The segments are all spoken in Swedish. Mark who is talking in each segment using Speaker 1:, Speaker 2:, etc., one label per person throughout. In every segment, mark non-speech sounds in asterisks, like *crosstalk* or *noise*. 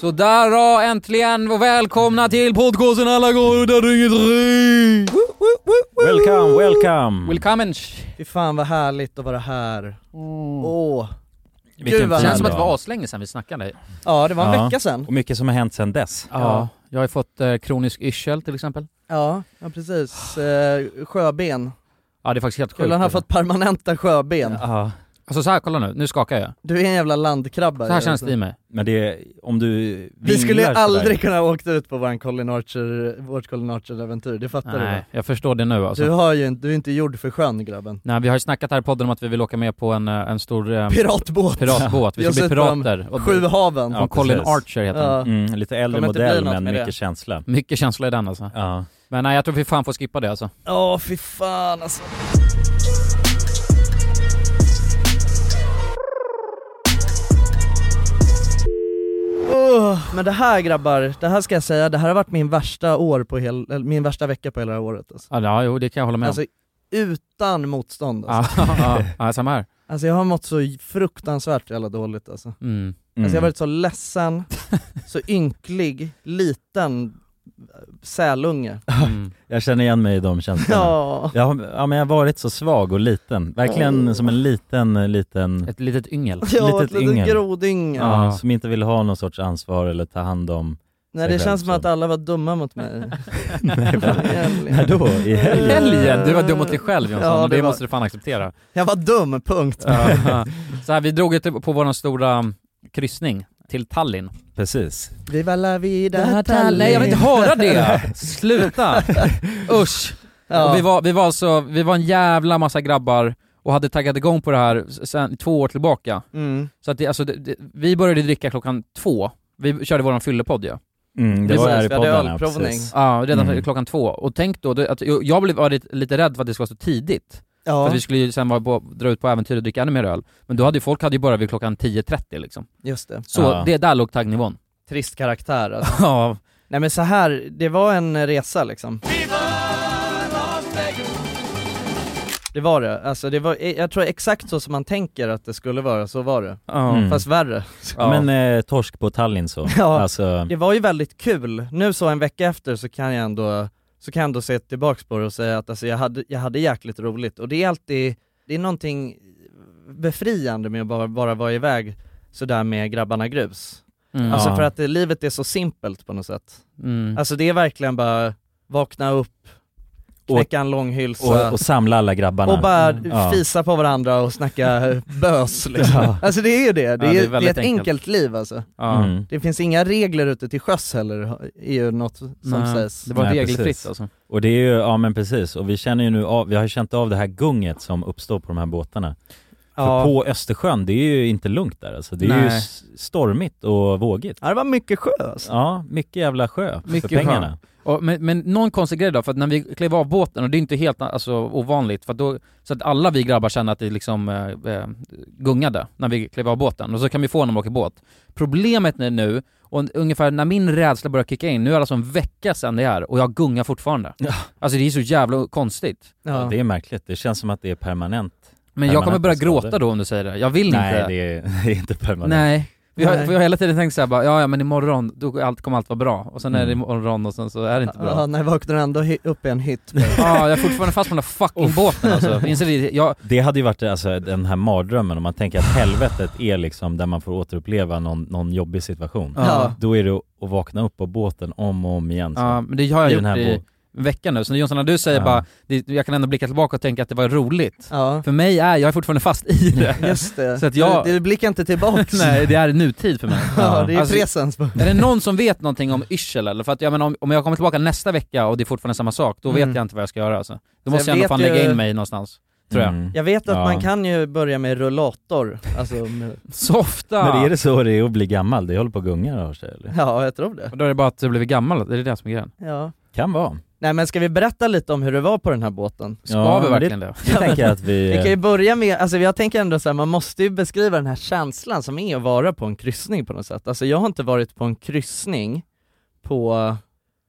Speaker 1: Så där då, äntligen och välkomna till podcasten Alla går där inget ring.
Speaker 2: Welcome, welcome!
Speaker 1: Willkommen.
Speaker 3: Fy fan vad härligt att vara
Speaker 1: Mm.
Speaker 3: här. Åh.
Speaker 2: Vilken
Speaker 3: Gud, vad
Speaker 1: Det känns
Speaker 3: härligt.
Speaker 1: som att det var aslänge sedan vi snackade.
Speaker 3: Ja, det var en
Speaker 2: Ja.
Speaker 3: vecka sedan.
Speaker 2: Och mycket som har hänt sedan dess.
Speaker 1: Ja. Jag har fått eh, kronisk yrsel till exempel.
Speaker 3: Ja, ja precis. Eh, sjöben.
Speaker 1: Ja det är faktiskt helt sjukt.
Speaker 3: Kulan har fått permanenta sjöben.
Speaker 2: Ja.
Speaker 1: Alltså så här, kolla nu. Nu skakar jag.
Speaker 3: Du är en jävla landkrabba.
Speaker 1: Så här
Speaker 3: Alltså.
Speaker 1: känns det i mig.
Speaker 2: Men det, om du
Speaker 3: Vi
Speaker 2: vinglar
Speaker 3: skulle ju
Speaker 2: sådär-
Speaker 3: aldrig kunna ha åkt ut på våran Colin Archer, vårt Colin Archer-äventyr, det fattar du va?
Speaker 1: Nej, jag förstår det nu alltså.
Speaker 3: Du, har ju, inte- du är inte gjord för sjön grabben.
Speaker 1: Nej, vi har ju snackat här i podden om att vi vill åka med på en, eh, en stor eh,
Speaker 3: Piratbåt!
Speaker 1: piratbåt. Vi
Speaker 3: Jag
Speaker 1: ska
Speaker 3: har sett
Speaker 1: bli
Speaker 3: på dem.
Speaker 1: pirater. Och,
Speaker 3: Sju haven.
Speaker 1: och
Speaker 2: Ja,
Speaker 1: Colin
Speaker 2: precis.
Speaker 1: Archer heter han.
Speaker 3: Ja.
Speaker 2: Mm, lite äldre
Speaker 3: Kommer inte bli
Speaker 2: modell
Speaker 3: något
Speaker 2: men
Speaker 3: med det.
Speaker 2: mycket känsla.
Speaker 1: Mycket känsla i den alltså.
Speaker 2: Ja.
Speaker 1: Men nej jag tror vi fan får skippa det alltså.
Speaker 3: Åh fy fan alltså. Åh, men det här grabbar, det här ska jag säga, det här har varit min värsta, år på hel, eller min värsta vecka på hela det här året. Alltså.
Speaker 1: Ja, Ja, jo det kan jag hålla med om.
Speaker 3: alltså utan motstånd alltså.
Speaker 1: Ja, *laughs* ja, ja, samma här.
Speaker 3: alltså jag har mått så fruktansvärt jävla dåligt alltså.
Speaker 1: Mm.
Speaker 2: Mm.
Speaker 3: Alltså jag har varit så ledsen, så ynklig, liten sälunge.
Speaker 1: Mm.
Speaker 2: Jag känner igen mig i de känslorna. Ja.
Speaker 3: Ja.
Speaker 2: Jag har, ja men jag har varit så svag och liten. Verkligen
Speaker 3: Åh.
Speaker 2: som en liten, liten,
Speaker 1: Ett litet yngel.
Speaker 3: Ja, ett
Speaker 2: Litet
Speaker 3: litet
Speaker 2: yngel.
Speaker 3: grodyngel.
Speaker 2: ja.
Speaker 1: Ja.
Speaker 2: som inte vill ha någon sorts ansvar eller ta hand om.
Speaker 3: Nej
Speaker 2: sig
Speaker 3: det
Speaker 2: själv,
Speaker 3: känns som
Speaker 2: så.
Speaker 3: att alla var dumma mot *laughs* mig.
Speaker 1: *laughs*
Speaker 2: Nej, va?
Speaker 3: Helgen.
Speaker 2: När då? I helgen?
Speaker 1: Helgen! Du var dum mot dig själv Jonsson,
Speaker 3: Ja,
Speaker 1: och det,
Speaker 3: det var-
Speaker 1: måste du fan acceptera.
Speaker 3: Jag var dum, punkt.
Speaker 1: så här, vi drog ut på vår stora um, kryssning till Tallinn.
Speaker 2: Precis.
Speaker 3: Vi var la vida
Speaker 1: Nej jag vill inte höra det! Sluta! Usch!
Speaker 3: Ja.
Speaker 1: Och vi, var, vi, var alltså, vi var en jävla massa grabbar och hade taggat igång på det här s- sen två år tillbaka.
Speaker 3: Mm.
Speaker 1: Så att det, alltså, det, det, vi började dricka klockan två, vi körde våran fyllepodd ju.
Speaker 2: Mm, det
Speaker 3: Precis,
Speaker 2: var
Speaker 3: vi
Speaker 2: här i
Speaker 3: hade
Speaker 2: podden ja,
Speaker 3: ölprovning.
Speaker 2: precis.
Speaker 1: Ja, redan
Speaker 2: Mm.
Speaker 1: klockan två. Och tänk då, det- att jag jag blev var lite- lite rädd för att det skulle vara så tidigt. För
Speaker 3: Ja,
Speaker 1: att vi skulle ju sen vara på, dra ut på äventyr och dricka ännu mer öl. Men då hade ju folk hade ju börjat vid klockan 10.30 liksom.
Speaker 3: just det.
Speaker 1: Så
Speaker 2: Ja.
Speaker 1: det där låg taggnivån.
Speaker 3: Trist karaktär alltså.
Speaker 1: Ja,
Speaker 3: Nej men så här, det var en resa liksom. Det var det, alltså det var, jag tror exakt så som man tänker att det skulle vara, så var det.
Speaker 1: ja.
Speaker 2: Mm.
Speaker 3: Fast värre. *laughs*
Speaker 1: Ja.
Speaker 2: Ja, men eh, torsk på Tallinn så.
Speaker 3: Ja.
Speaker 2: Alltså,
Speaker 3: Det var ju väldigt kul, nu så en vecka efter så kan jag ändå, så kan jag ändå se tillbaks på det och säga att alltså, jag, hade, jag hade jäkligt roligt och det är alltid, det är någonting befriande med att bara, bara vara iväg sådär med grabbarna grus.
Speaker 1: Mm.
Speaker 3: Alltså
Speaker 2: Ja.
Speaker 3: för att det, livet är så simpelt på något sätt.
Speaker 1: Mm.
Speaker 3: Alltså det är verkligen bara vakna upp, knäcka en lång hylsa
Speaker 2: och,
Speaker 3: och,
Speaker 2: och samla alla grabbarna.
Speaker 3: bara
Speaker 1: Mm.
Speaker 2: Ja.
Speaker 3: fisa på varandra och snacka bös liksom.
Speaker 2: Ja.
Speaker 3: Alltså det är ju det, det är,
Speaker 1: Ja, det är
Speaker 3: det är,
Speaker 1: väldigt
Speaker 3: ett
Speaker 1: enkelt.
Speaker 3: enkelt, liv alltså.
Speaker 1: Ja.
Speaker 2: Mm.
Speaker 3: Det finns inga regler ute till sjöss heller, är ju något som
Speaker 1: Nej,
Speaker 3: sägs.
Speaker 1: Det var
Speaker 2: Nej,
Speaker 1: regelfritt
Speaker 2: precis.
Speaker 1: alltså.
Speaker 2: Och det är ju, ja men precis, och vi känner ju nu av, vi har ju känt av det här gunget som uppstår på de här båtarna.
Speaker 3: Ja.
Speaker 2: För på Östersjön, det är ju inte lugnt där alltså. Det är ju
Speaker 1: Nej.
Speaker 2: s- stormigt och vågigt.
Speaker 3: Ja, det var mycket sjö alltså.
Speaker 2: Ja, mycket jävla sjö
Speaker 1: Mycket
Speaker 2: för pengarna.
Speaker 1: Och, men, men någon konstig grej då, för att när vi klev av båten, och det är inte helt alltså, ovanligt, för att då, så att alla vi grabbar känner att det liksom eh, eh, gungade när vi klev av båten, och så kan vi få när man åker båt. Problemet är nu, och un- ungefär när min rädsla börjar kicka in, nu är det alltså en vecka sedan det är, och jag gungar fortfarande.
Speaker 2: Ja.
Speaker 1: Alltså det är så jävla konstigt.
Speaker 2: Ja.
Speaker 3: Ja.
Speaker 2: det är märkligt, det känns som att det är permanent.
Speaker 1: Men jag kommer
Speaker 2: Permanenta
Speaker 1: börja gråta
Speaker 2: skador.
Speaker 1: då om du säger det, jag vill
Speaker 2: Nej,
Speaker 1: inte.
Speaker 2: det är, *laughs* det är inte permanent.
Speaker 1: Nej. Vi har,
Speaker 3: Nej.
Speaker 1: för jag har hela tiden tänkt såhär bara, ja, ja men imorgon, då går allt, kommer allt vara bra. Och sen är det
Speaker 2: Mm.
Speaker 1: imorgon och sen så är det inte bra.
Speaker 3: Ja, när jag vaknade ändå hy- upp i en
Speaker 1: *laughs*
Speaker 3: hytt.
Speaker 1: Ja, jag är fortfarande fast på den där fucking båten alltså. Inser det? Jag,
Speaker 2: Det hade ju varit alltså, den här mardrömmen om man tänker att helvetet är liksom där man får återuppleva någon, någon jobbig situation.
Speaker 1: ja.
Speaker 3: Ja.
Speaker 2: Då är det att vakna upp på båten om och om igen. Så.
Speaker 1: ja, men det har jag
Speaker 2: I
Speaker 1: gjort
Speaker 2: den här
Speaker 1: i
Speaker 2: bo-
Speaker 1: en vecka nu. Så när Jonsson, när du säger
Speaker 2: Ja.
Speaker 1: bara, det, jag kan ändå blicka tillbaka och tänka att det var roligt.
Speaker 3: Ja,
Speaker 1: För mig är, jag är fortfarande fast i
Speaker 3: *laughs*
Speaker 1: det.
Speaker 3: just det.
Speaker 1: Så att jag-
Speaker 3: Du, du blickar inte tillbaks.
Speaker 1: *laughs* Nej, det är nutid för mig.
Speaker 3: Ja, det är
Speaker 1: Alltså,
Speaker 3: presens.
Speaker 1: Är det någon som vet någonting om yrsel eller? För att jag menar, om, om jag kommer tillbaka nästa vecka och det är fortfarande samma sak, då
Speaker 3: Mm.
Speaker 1: vet jag inte vad jag ska göra alltså. Då
Speaker 3: Så
Speaker 1: måste jag
Speaker 3: jag
Speaker 1: ändå fan
Speaker 3: vet
Speaker 1: lägga
Speaker 3: ju-
Speaker 1: in mig någonstans. Tror jag.
Speaker 2: Mm.
Speaker 3: Jag vet att
Speaker 2: Ja.
Speaker 3: man kan ju börja med rullator, alltså, med,
Speaker 1: Softa!
Speaker 2: Men är det så det är att bli gammal? Det håller på att gunga rör sig eller?
Speaker 3: *laughs* ja jag tror det.
Speaker 1: Och Då är det bara att du blivit gammal, det är det som är grejen.
Speaker 3: Ja.
Speaker 2: Kan vara.
Speaker 3: Nej men ska vi berätta lite om hur det var på den här båten?
Speaker 1: Ska
Speaker 2: Ja,
Speaker 1: vi
Speaker 2: men
Speaker 1: verkligen det?
Speaker 2: Jag tänker
Speaker 3: *laughs*
Speaker 2: att vi...
Speaker 3: Vi kan
Speaker 1: Eh.
Speaker 3: ju börja med, alltså jag tänker ändå så här, man måste ju beskriva den här känslan som är att vara på en kryssning på något sätt. Alltså jag har inte varit på en kryssning på,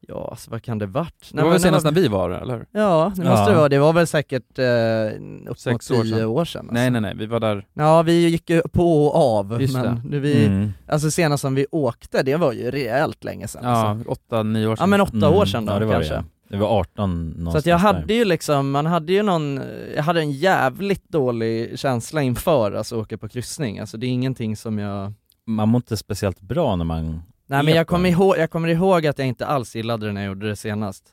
Speaker 3: Ja, alltså vad kan det Alltså. varit?
Speaker 1: Det var väl senast när vi var där, eller hur?
Speaker 3: Ja, det måste
Speaker 2: Ja.
Speaker 3: det vara. Det var väl säkert eh, uppemot
Speaker 1: Sex år
Speaker 3: tio
Speaker 1: sedan.
Speaker 3: år sedan. Alltså.
Speaker 1: Nej nej nej, vi var där,
Speaker 3: Ja, vi gick ju på och av,
Speaker 1: Just
Speaker 3: men
Speaker 1: det.
Speaker 3: nu vi,
Speaker 2: Mm.
Speaker 3: alltså senast som vi åkte, det var ju rejält länge sedan.
Speaker 1: ja,
Speaker 3: Alltså.
Speaker 1: åtta, nio år sedan.
Speaker 3: ja men åtta
Speaker 2: Mm.
Speaker 3: år sedan då
Speaker 2: ja, det var
Speaker 3: kanske.
Speaker 2: Det. det var 18 någonstans
Speaker 3: Så att jag
Speaker 2: där.
Speaker 3: hade ju liksom, man hade ju någon, jag hade en jävligt dålig känsla inför alltså åka på kryssning, alltså det är ingenting som jag
Speaker 2: Man mår inte speciellt bra när man...
Speaker 3: Nej men
Speaker 2: Vet
Speaker 3: jag kommer,
Speaker 2: du?
Speaker 3: ihåg, jag kommer ihåg att jag inte alls gillade det när jag gjorde det senast.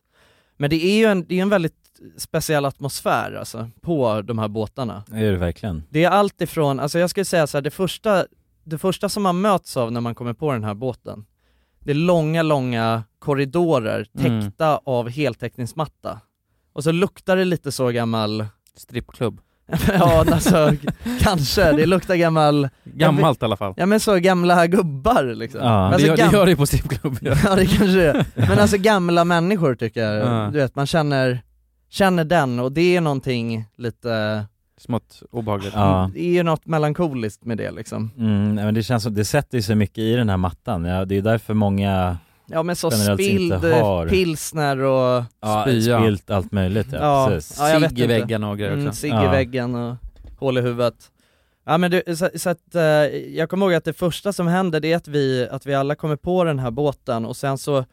Speaker 3: Men det är ju en, det är en väldigt speciell atmosfär alltså, på de här båtarna.
Speaker 2: Är det verkligen?
Speaker 3: Det är allt ifrån, alltså jag skulle säga så här, det första, det första som man möts av när man kommer på den här båten, det är långa, långa korridorer
Speaker 1: Mm.
Speaker 3: täckta av heltäckningsmatta. Och så luktar det lite så gammal,
Speaker 1: Strippklubb.
Speaker 3: *laughs* ja alltså kanske, det luktar gammal,
Speaker 1: Gammalt i alla fall.
Speaker 3: ja men så gamla gubbar liksom.
Speaker 2: Ja.
Speaker 3: Men
Speaker 2: Det
Speaker 3: alltså,
Speaker 1: det, gör,
Speaker 3: gam-
Speaker 1: det gör det ju på strippklubb. Ja.
Speaker 3: *laughs* Ja det kanske det är. Men alltså gamla människor tycker jag,
Speaker 1: Ja.
Speaker 3: du vet man känner, känner den och det är någonting lite,
Speaker 1: Smått obehagligt.
Speaker 2: Ja.
Speaker 3: det är ju något melankoliskt med det liksom.
Speaker 2: Mm, nej, men det känns som, det sätter ju sig mycket i den här mattan. Ja, det är därför många
Speaker 3: Ja men så
Speaker 2: Generellt
Speaker 3: spilld
Speaker 2: inte har-
Speaker 3: pilsner och
Speaker 2: ja,
Speaker 1: Spya.
Speaker 2: spilt allt möjligt. Ja,
Speaker 3: Ja.
Speaker 2: Precis.
Speaker 3: Ja, jag vet
Speaker 1: Cigg i
Speaker 3: inte.
Speaker 1: väggen och grejer
Speaker 3: mm,
Speaker 1: också.
Speaker 3: cigg i
Speaker 2: Ja.
Speaker 3: väggen och hål i huvudet. Ja men du, så, så att eh, jag kommer ihåg att det första som händer det är att vi, att vi alla kommer på den här båten och sen så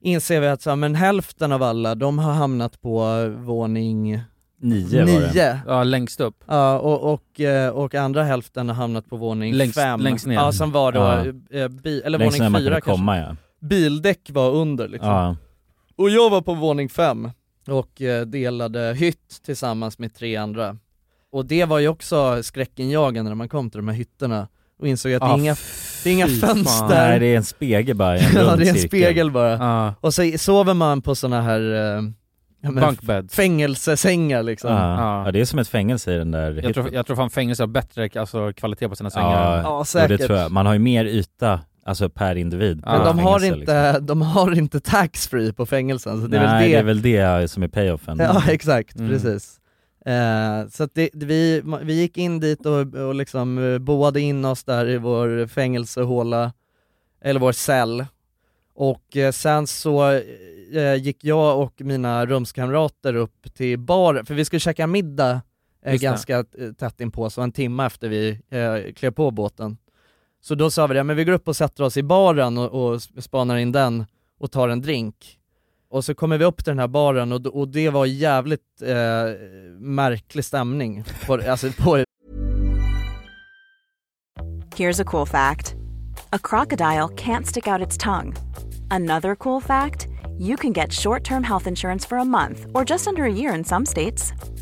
Speaker 3: inser vi att så, här, men hälften av alla, de har hamnat på våning
Speaker 2: Nio var det.
Speaker 3: nio.
Speaker 1: Ja, längst upp.
Speaker 3: Ja, och, och, eh, och andra hälften har hamnat på våning
Speaker 1: Längst-
Speaker 3: fem.
Speaker 1: längst ner.
Speaker 3: Ja, som var då,
Speaker 2: Ja.
Speaker 3: eh, bi, eller
Speaker 2: Längst ner
Speaker 3: våning
Speaker 2: man
Speaker 3: fyra
Speaker 2: kunde
Speaker 3: kanske.
Speaker 2: komma ja.
Speaker 3: Bildäck var under liksom.
Speaker 2: ja.
Speaker 3: Och jag var på våning fem och eh, delade hytt tillsammans med tre andra. Och det var ju också skräckinjagande när man kom till de här hytterna och insåg att det är
Speaker 1: Ah,
Speaker 3: inga, det är inga
Speaker 1: fy fan.
Speaker 3: fönster.
Speaker 2: Nej det är en spegel bara i en
Speaker 3: *laughs* ja,
Speaker 2: rund
Speaker 3: det är en
Speaker 2: cirkel. Ah.
Speaker 3: spegel bara.
Speaker 1: Ja.
Speaker 3: Och så sover man på såna här eh, ja, men
Speaker 1: Bunkbeds.
Speaker 3: fängelsesängar liksom.
Speaker 2: Ja.
Speaker 1: Ja.
Speaker 2: ja det är som ett fängelse i den där
Speaker 1: Jag tror,
Speaker 2: hytten.
Speaker 1: jag tror fan fängelse har bättre alltså, kvalitet på sina sängar.
Speaker 2: Ja.
Speaker 3: Ja,
Speaker 2: Jo,
Speaker 3: säkert.
Speaker 2: det tror jag. Man har ju mer yta, alltså per individ. på
Speaker 1: Men
Speaker 3: Men
Speaker 2: ett
Speaker 3: de, har
Speaker 2: fängelse,
Speaker 3: inte,
Speaker 2: liksom.
Speaker 3: de har inte taxfree på fängelsen, så det är
Speaker 2: Nej det är
Speaker 3: väl
Speaker 2: väl det som är payoffen.
Speaker 3: det. Ja *laughs* exakt,
Speaker 1: Mm.
Speaker 3: precis. Eh, så att det, det- vi, ma- vi gick in dit och, och liksom eh, boade in oss där i vår fängelsehåla, eller vår cell. Och eh, sen så eh, gick jag och mina rumskamrater upp till baren, för vi skulle käka middag eh,
Speaker 1: Just det.
Speaker 3: ganska eh, tätt inpå, så en timme efter vi eh, klev på båten. Så då sa vi det, men vi går upp och sätter oss i baren och, och spanar in den och tar en drink. Och så kommer vi upp till den här baren och, och det var jävligt eh, märklig stämning. På, *laughs* alltså på,
Speaker 4: Here's a cool fact a crocodile can't stick out its tongue. Another cool fact you can get short term health insurance for a month or just under a year in some states.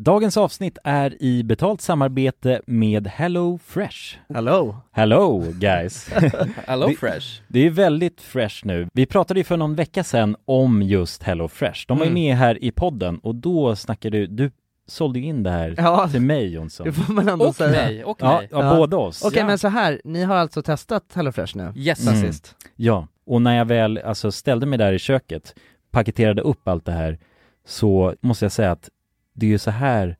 Speaker 2: Dagens avsnitt är i betalt samarbete med Hello Fresh.
Speaker 3: Hello!
Speaker 2: Hello
Speaker 3: *laughs*
Speaker 2: guys!
Speaker 1: Hello
Speaker 2: Det-
Speaker 1: Fresh.
Speaker 2: Det är väldigt fresh nu. Vi pratade ju för någon vecka sedan om just Hello Fresh. De var ju
Speaker 1: Mm.
Speaker 2: med här i podden och då snackade du, du sålde ju in det här
Speaker 3: Ja,
Speaker 2: till mig Jonsson.
Speaker 3: det får man ändå
Speaker 1: Och
Speaker 3: säga.
Speaker 1: mig, och
Speaker 2: Ja,
Speaker 1: mig.
Speaker 2: ja,
Speaker 3: Ja.
Speaker 2: båda oss.
Speaker 3: Okej
Speaker 1: Ja.
Speaker 3: men så här, ni har alltså testat HelloFresh nu?
Speaker 1: Yes.
Speaker 3: Sen
Speaker 2: Mm.
Speaker 3: sist?
Speaker 2: Ja, och när jag väl alltså, ställde mig där i köket, paketerade upp allt det här, så måste jag säga att det är ju så här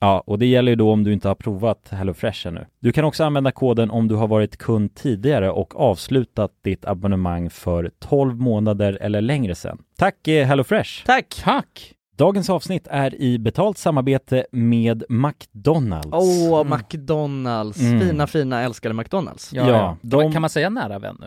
Speaker 2: Ja, och det gäller ju då om du inte har provat HelloFresh ännu. Du kan också använda koden om du har varit kund tidigare och avslutat ditt abonnemang för 12 månader eller längre sedan. Tack eh, HelloFresh!
Speaker 3: Tack!
Speaker 1: Tack!
Speaker 2: Dagens avsnitt är i betalt samarbete med McDonalds.
Speaker 3: Åh,
Speaker 1: Mm.
Speaker 3: McDonalds.
Speaker 2: Mm.
Speaker 3: Fina, fina, älskade McDonalds.
Speaker 2: Ja, de-
Speaker 1: Kan, man, kan man säga nära vän nu?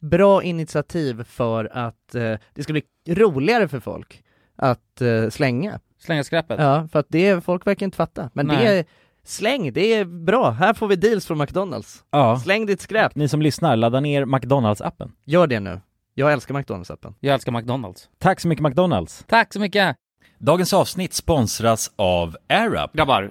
Speaker 3: bra initiativ för att eh, det ska bli roligare för folk att eh, slänga.
Speaker 1: Slänga skräpet.
Speaker 3: Ja, för att det, folk verkar inte fatta. Men det
Speaker 1: Nej.
Speaker 3: är, släng, det är bra. Här får vi deals från McDonalds.
Speaker 2: Ja.
Speaker 3: Släng ditt skräp.
Speaker 2: Ni som lyssnar, ladda ner McDonalds-appen.
Speaker 3: Gör det nu. Jag älskar McDonalds-appen.
Speaker 1: Jag älskar McDonalds.
Speaker 2: Tack så mycket McDonalds!
Speaker 1: Tack så mycket!
Speaker 2: Dagens avsnitt sponsras av AirUp.
Speaker 5: Grabbar,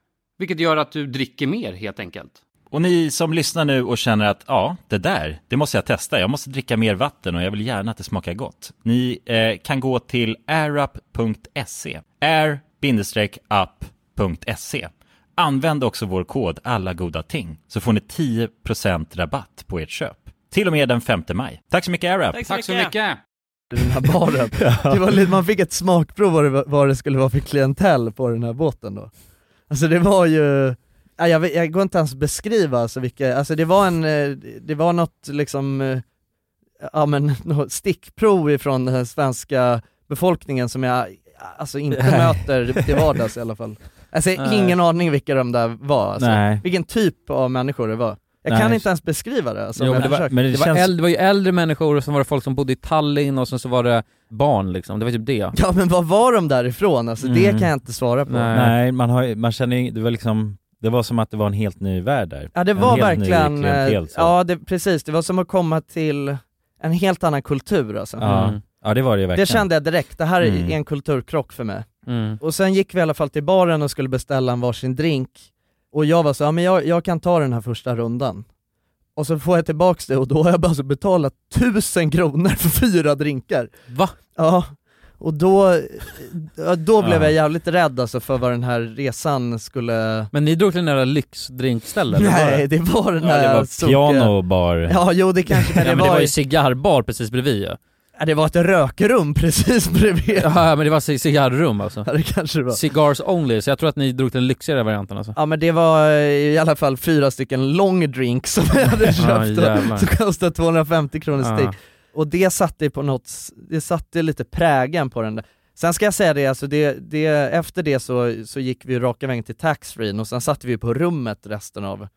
Speaker 5: vilket gör att du dricker mer helt enkelt.
Speaker 2: Och ni som lyssnar nu och känner att ja, det där, det måste jag testa. Jag måste dricka mer vatten och jag vill gärna att det smakar gott. Ni eh, kan gå till airup.se. air-up.se. Använd också vår kod alla goda ting så får ni 10% rabatt på ert köpp. Till och med den 5 maj. Tack så mycket AirUp.
Speaker 5: Tack så mycket!
Speaker 3: Den här baren.
Speaker 2: *laughs*
Speaker 3: det var, lite- man fick ett smakprov vad det, vad det skulle vara för klientell på den här båten då. Alltså det var ju, ja, jag, vet- jag går inte ens beskriva alltså vilka, alltså det var en, eh, det var *laughs* något liksom, eh, ja men något stickprov ifrån den här svenska befolkningen som jag alltså
Speaker 2: *laughs*
Speaker 3: inte möter till vardags i alla fall. Alltså jag har
Speaker 1: Nej.
Speaker 3: ingen aning vilka de där var alltså.
Speaker 2: Nej.
Speaker 3: Vilken typ av människor det var. Jag
Speaker 2: Nej.
Speaker 3: kan inte ens beskriva det alltså,
Speaker 2: Jo,
Speaker 3: om
Speaker 2: men
Speaker 3: jag
Speaker 2: det var,
Speaker 3: försöker.
Speaker 2: men det
Speaker 1: Det var,
Speaker 2: känns...
Speaker 1: äldre, det var ju äldre människor och sen var det folk som bodde i Tallinn och sen så var det barn liksom, det var typ det.
Speaker 3: Ja men vad var de därifrån? Alltså
Speaker 2: Mm.
Speaker 3: det kan jag inte svara på.
Speaker 1: Nej.
Speaker 2: Nej, man, har, ju- man känner ju- det var liksom, det var som att det var en helt ny värld där.
Speaker 3: Ja det
Speaker 2: En
Speaker 3: var
Speaker 2: helt ny
Speaker 3: verkligen,
Speaker 2: klientel,
Speaker 3: eh,
Speaker 2: så.
Speaker 3: ja det, precis, det var som att komma till en helt annan kultur alltså.
Speaker 2: Ja,
Speaker 1: Mm.
Speaker 2: ja det var det ju verkligen.
Speaker 3: Det kände jag direkt, det här
Speaker 2: Mm.
Speaker 3: är en kulturkrock för mig.
Speaker 1: Mm.
Speaker 3: Och sen gick vi i alla fall till baren och skulle beställa en varsin drink, och jag var så, ja men jag, jag kan ta den här första rundan. Och så får jag tillbaks det och då har jag bara alltså betalat tusen kronor för fyra drinkar.
Speaker 1: Va?
Speaker 3: Ja, och då, ja, då blev
Speaker 2: Ja.
Speaker 3: jag jävligt rädd alltså för vad den här resan skulle...
Speaker 1: Men ni drog till den där lyxdrinkstället? eller var det?
Speaker 3: Nej, det var den
Speaker 2: ja,
Speaker 3: här
Speaker 2: det var
Speaker 3: sokiga-
Speaker 2: piano och bar.
Speaker 3: Ja, jo det kanske,
Speaker 1: Ja,
Speaker 3: men det,
Speaker 1: men det var ju
Speaker 3: ju...
Speaker 1: cigarrbar precis bredvid ju.
Speaker 3: ja, det var ett rökrum *laughs* precis bredvid. Ja.
Speaker 1: Ja, ja, men det var ci- cigarrrum alltså.
Speaker 3: det kanske det var.
Speaker 1: Cigars only, så jag tror att ni drog till den lyxigare varianten alltså.
Speaker 3: Ja men det var eh, i alla fall fyra stycken long drinks som *laughs* jag hade
Speaker 1: Ja,
Speaker 3: köpt
Speaker 1: jävlar.
Speaker 3: och som kostade 250 kronor styck.
Speaker 1: Ja.
Speaker 3: Och det satte ju på något, s- det satte lite prägen på den där. Sen ska jag säga det, alltså det, det efter det så, så gick vi ju raka vägen till taxfree och sen satt vi ju på rummet resten av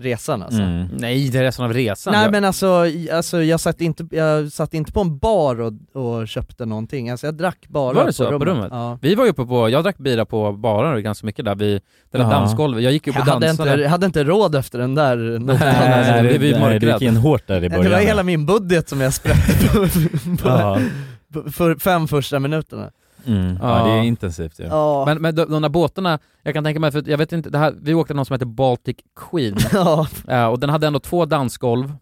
Speaker 3: resan alltså.
Speaker 2: Mm.
Speaker 1: Nej, det är resten av resan.
Speaker 3: Nej
Speaker 1: Ja.
Speaker 3: men alltså, i- alltså jag, satt inte, jag satt inte på en bar och, och köpte någonting, alltså jag drack bara
Speaker 1: Var det
Speaker 3: på
Speaker 1: så? På
Speaker 3: rummet.
Speaker 1: rummet?
Speaker 3: Ja.
Speaker 1: Vi var ju uppe på, jag drack bira på baren ganska mycket där vid det där
Speaker 2: Ja.
Speaker 1: dansgolvet, jag gick ju
Speaker 3: Jag
Speaker 1: på
Speaker 3: hade
Speaker 1: dansarna.
Speaker 3: inte, jag hade inte råd efter den där notan
Speaker 1: *laughs* Nej,
Speaker 3: alltså.
Speaker 1: det blev ju
Speaker 2: nej, du gick
Speaker 1: mörkrädd.
Speaker 2: in hårt där
Speaker 3: *laughs*
Speaker 2: i
Speaker 3: Det
Speaker 2: början.
Speaker 3: var hela min budget som jag sprätte på, på,
Speaker 2: ja.
Speaker 3: på, för fem första minuterna.
Speaker 2: Mm. ja, det är
Speaker 1: Ja.
Speaker 2: intensivt ju. Ja.
Speaker 3: Ja. *laughs*
Speaker 1: Men, men de, de där båtarna, jag kan tänka mig, för jag vet inte, det här, vi åkte någon som hette Baltic Queen,
Speaker 3: *laughs* ja.
Speaker 1: eh, och den hade ändå två dansgolv,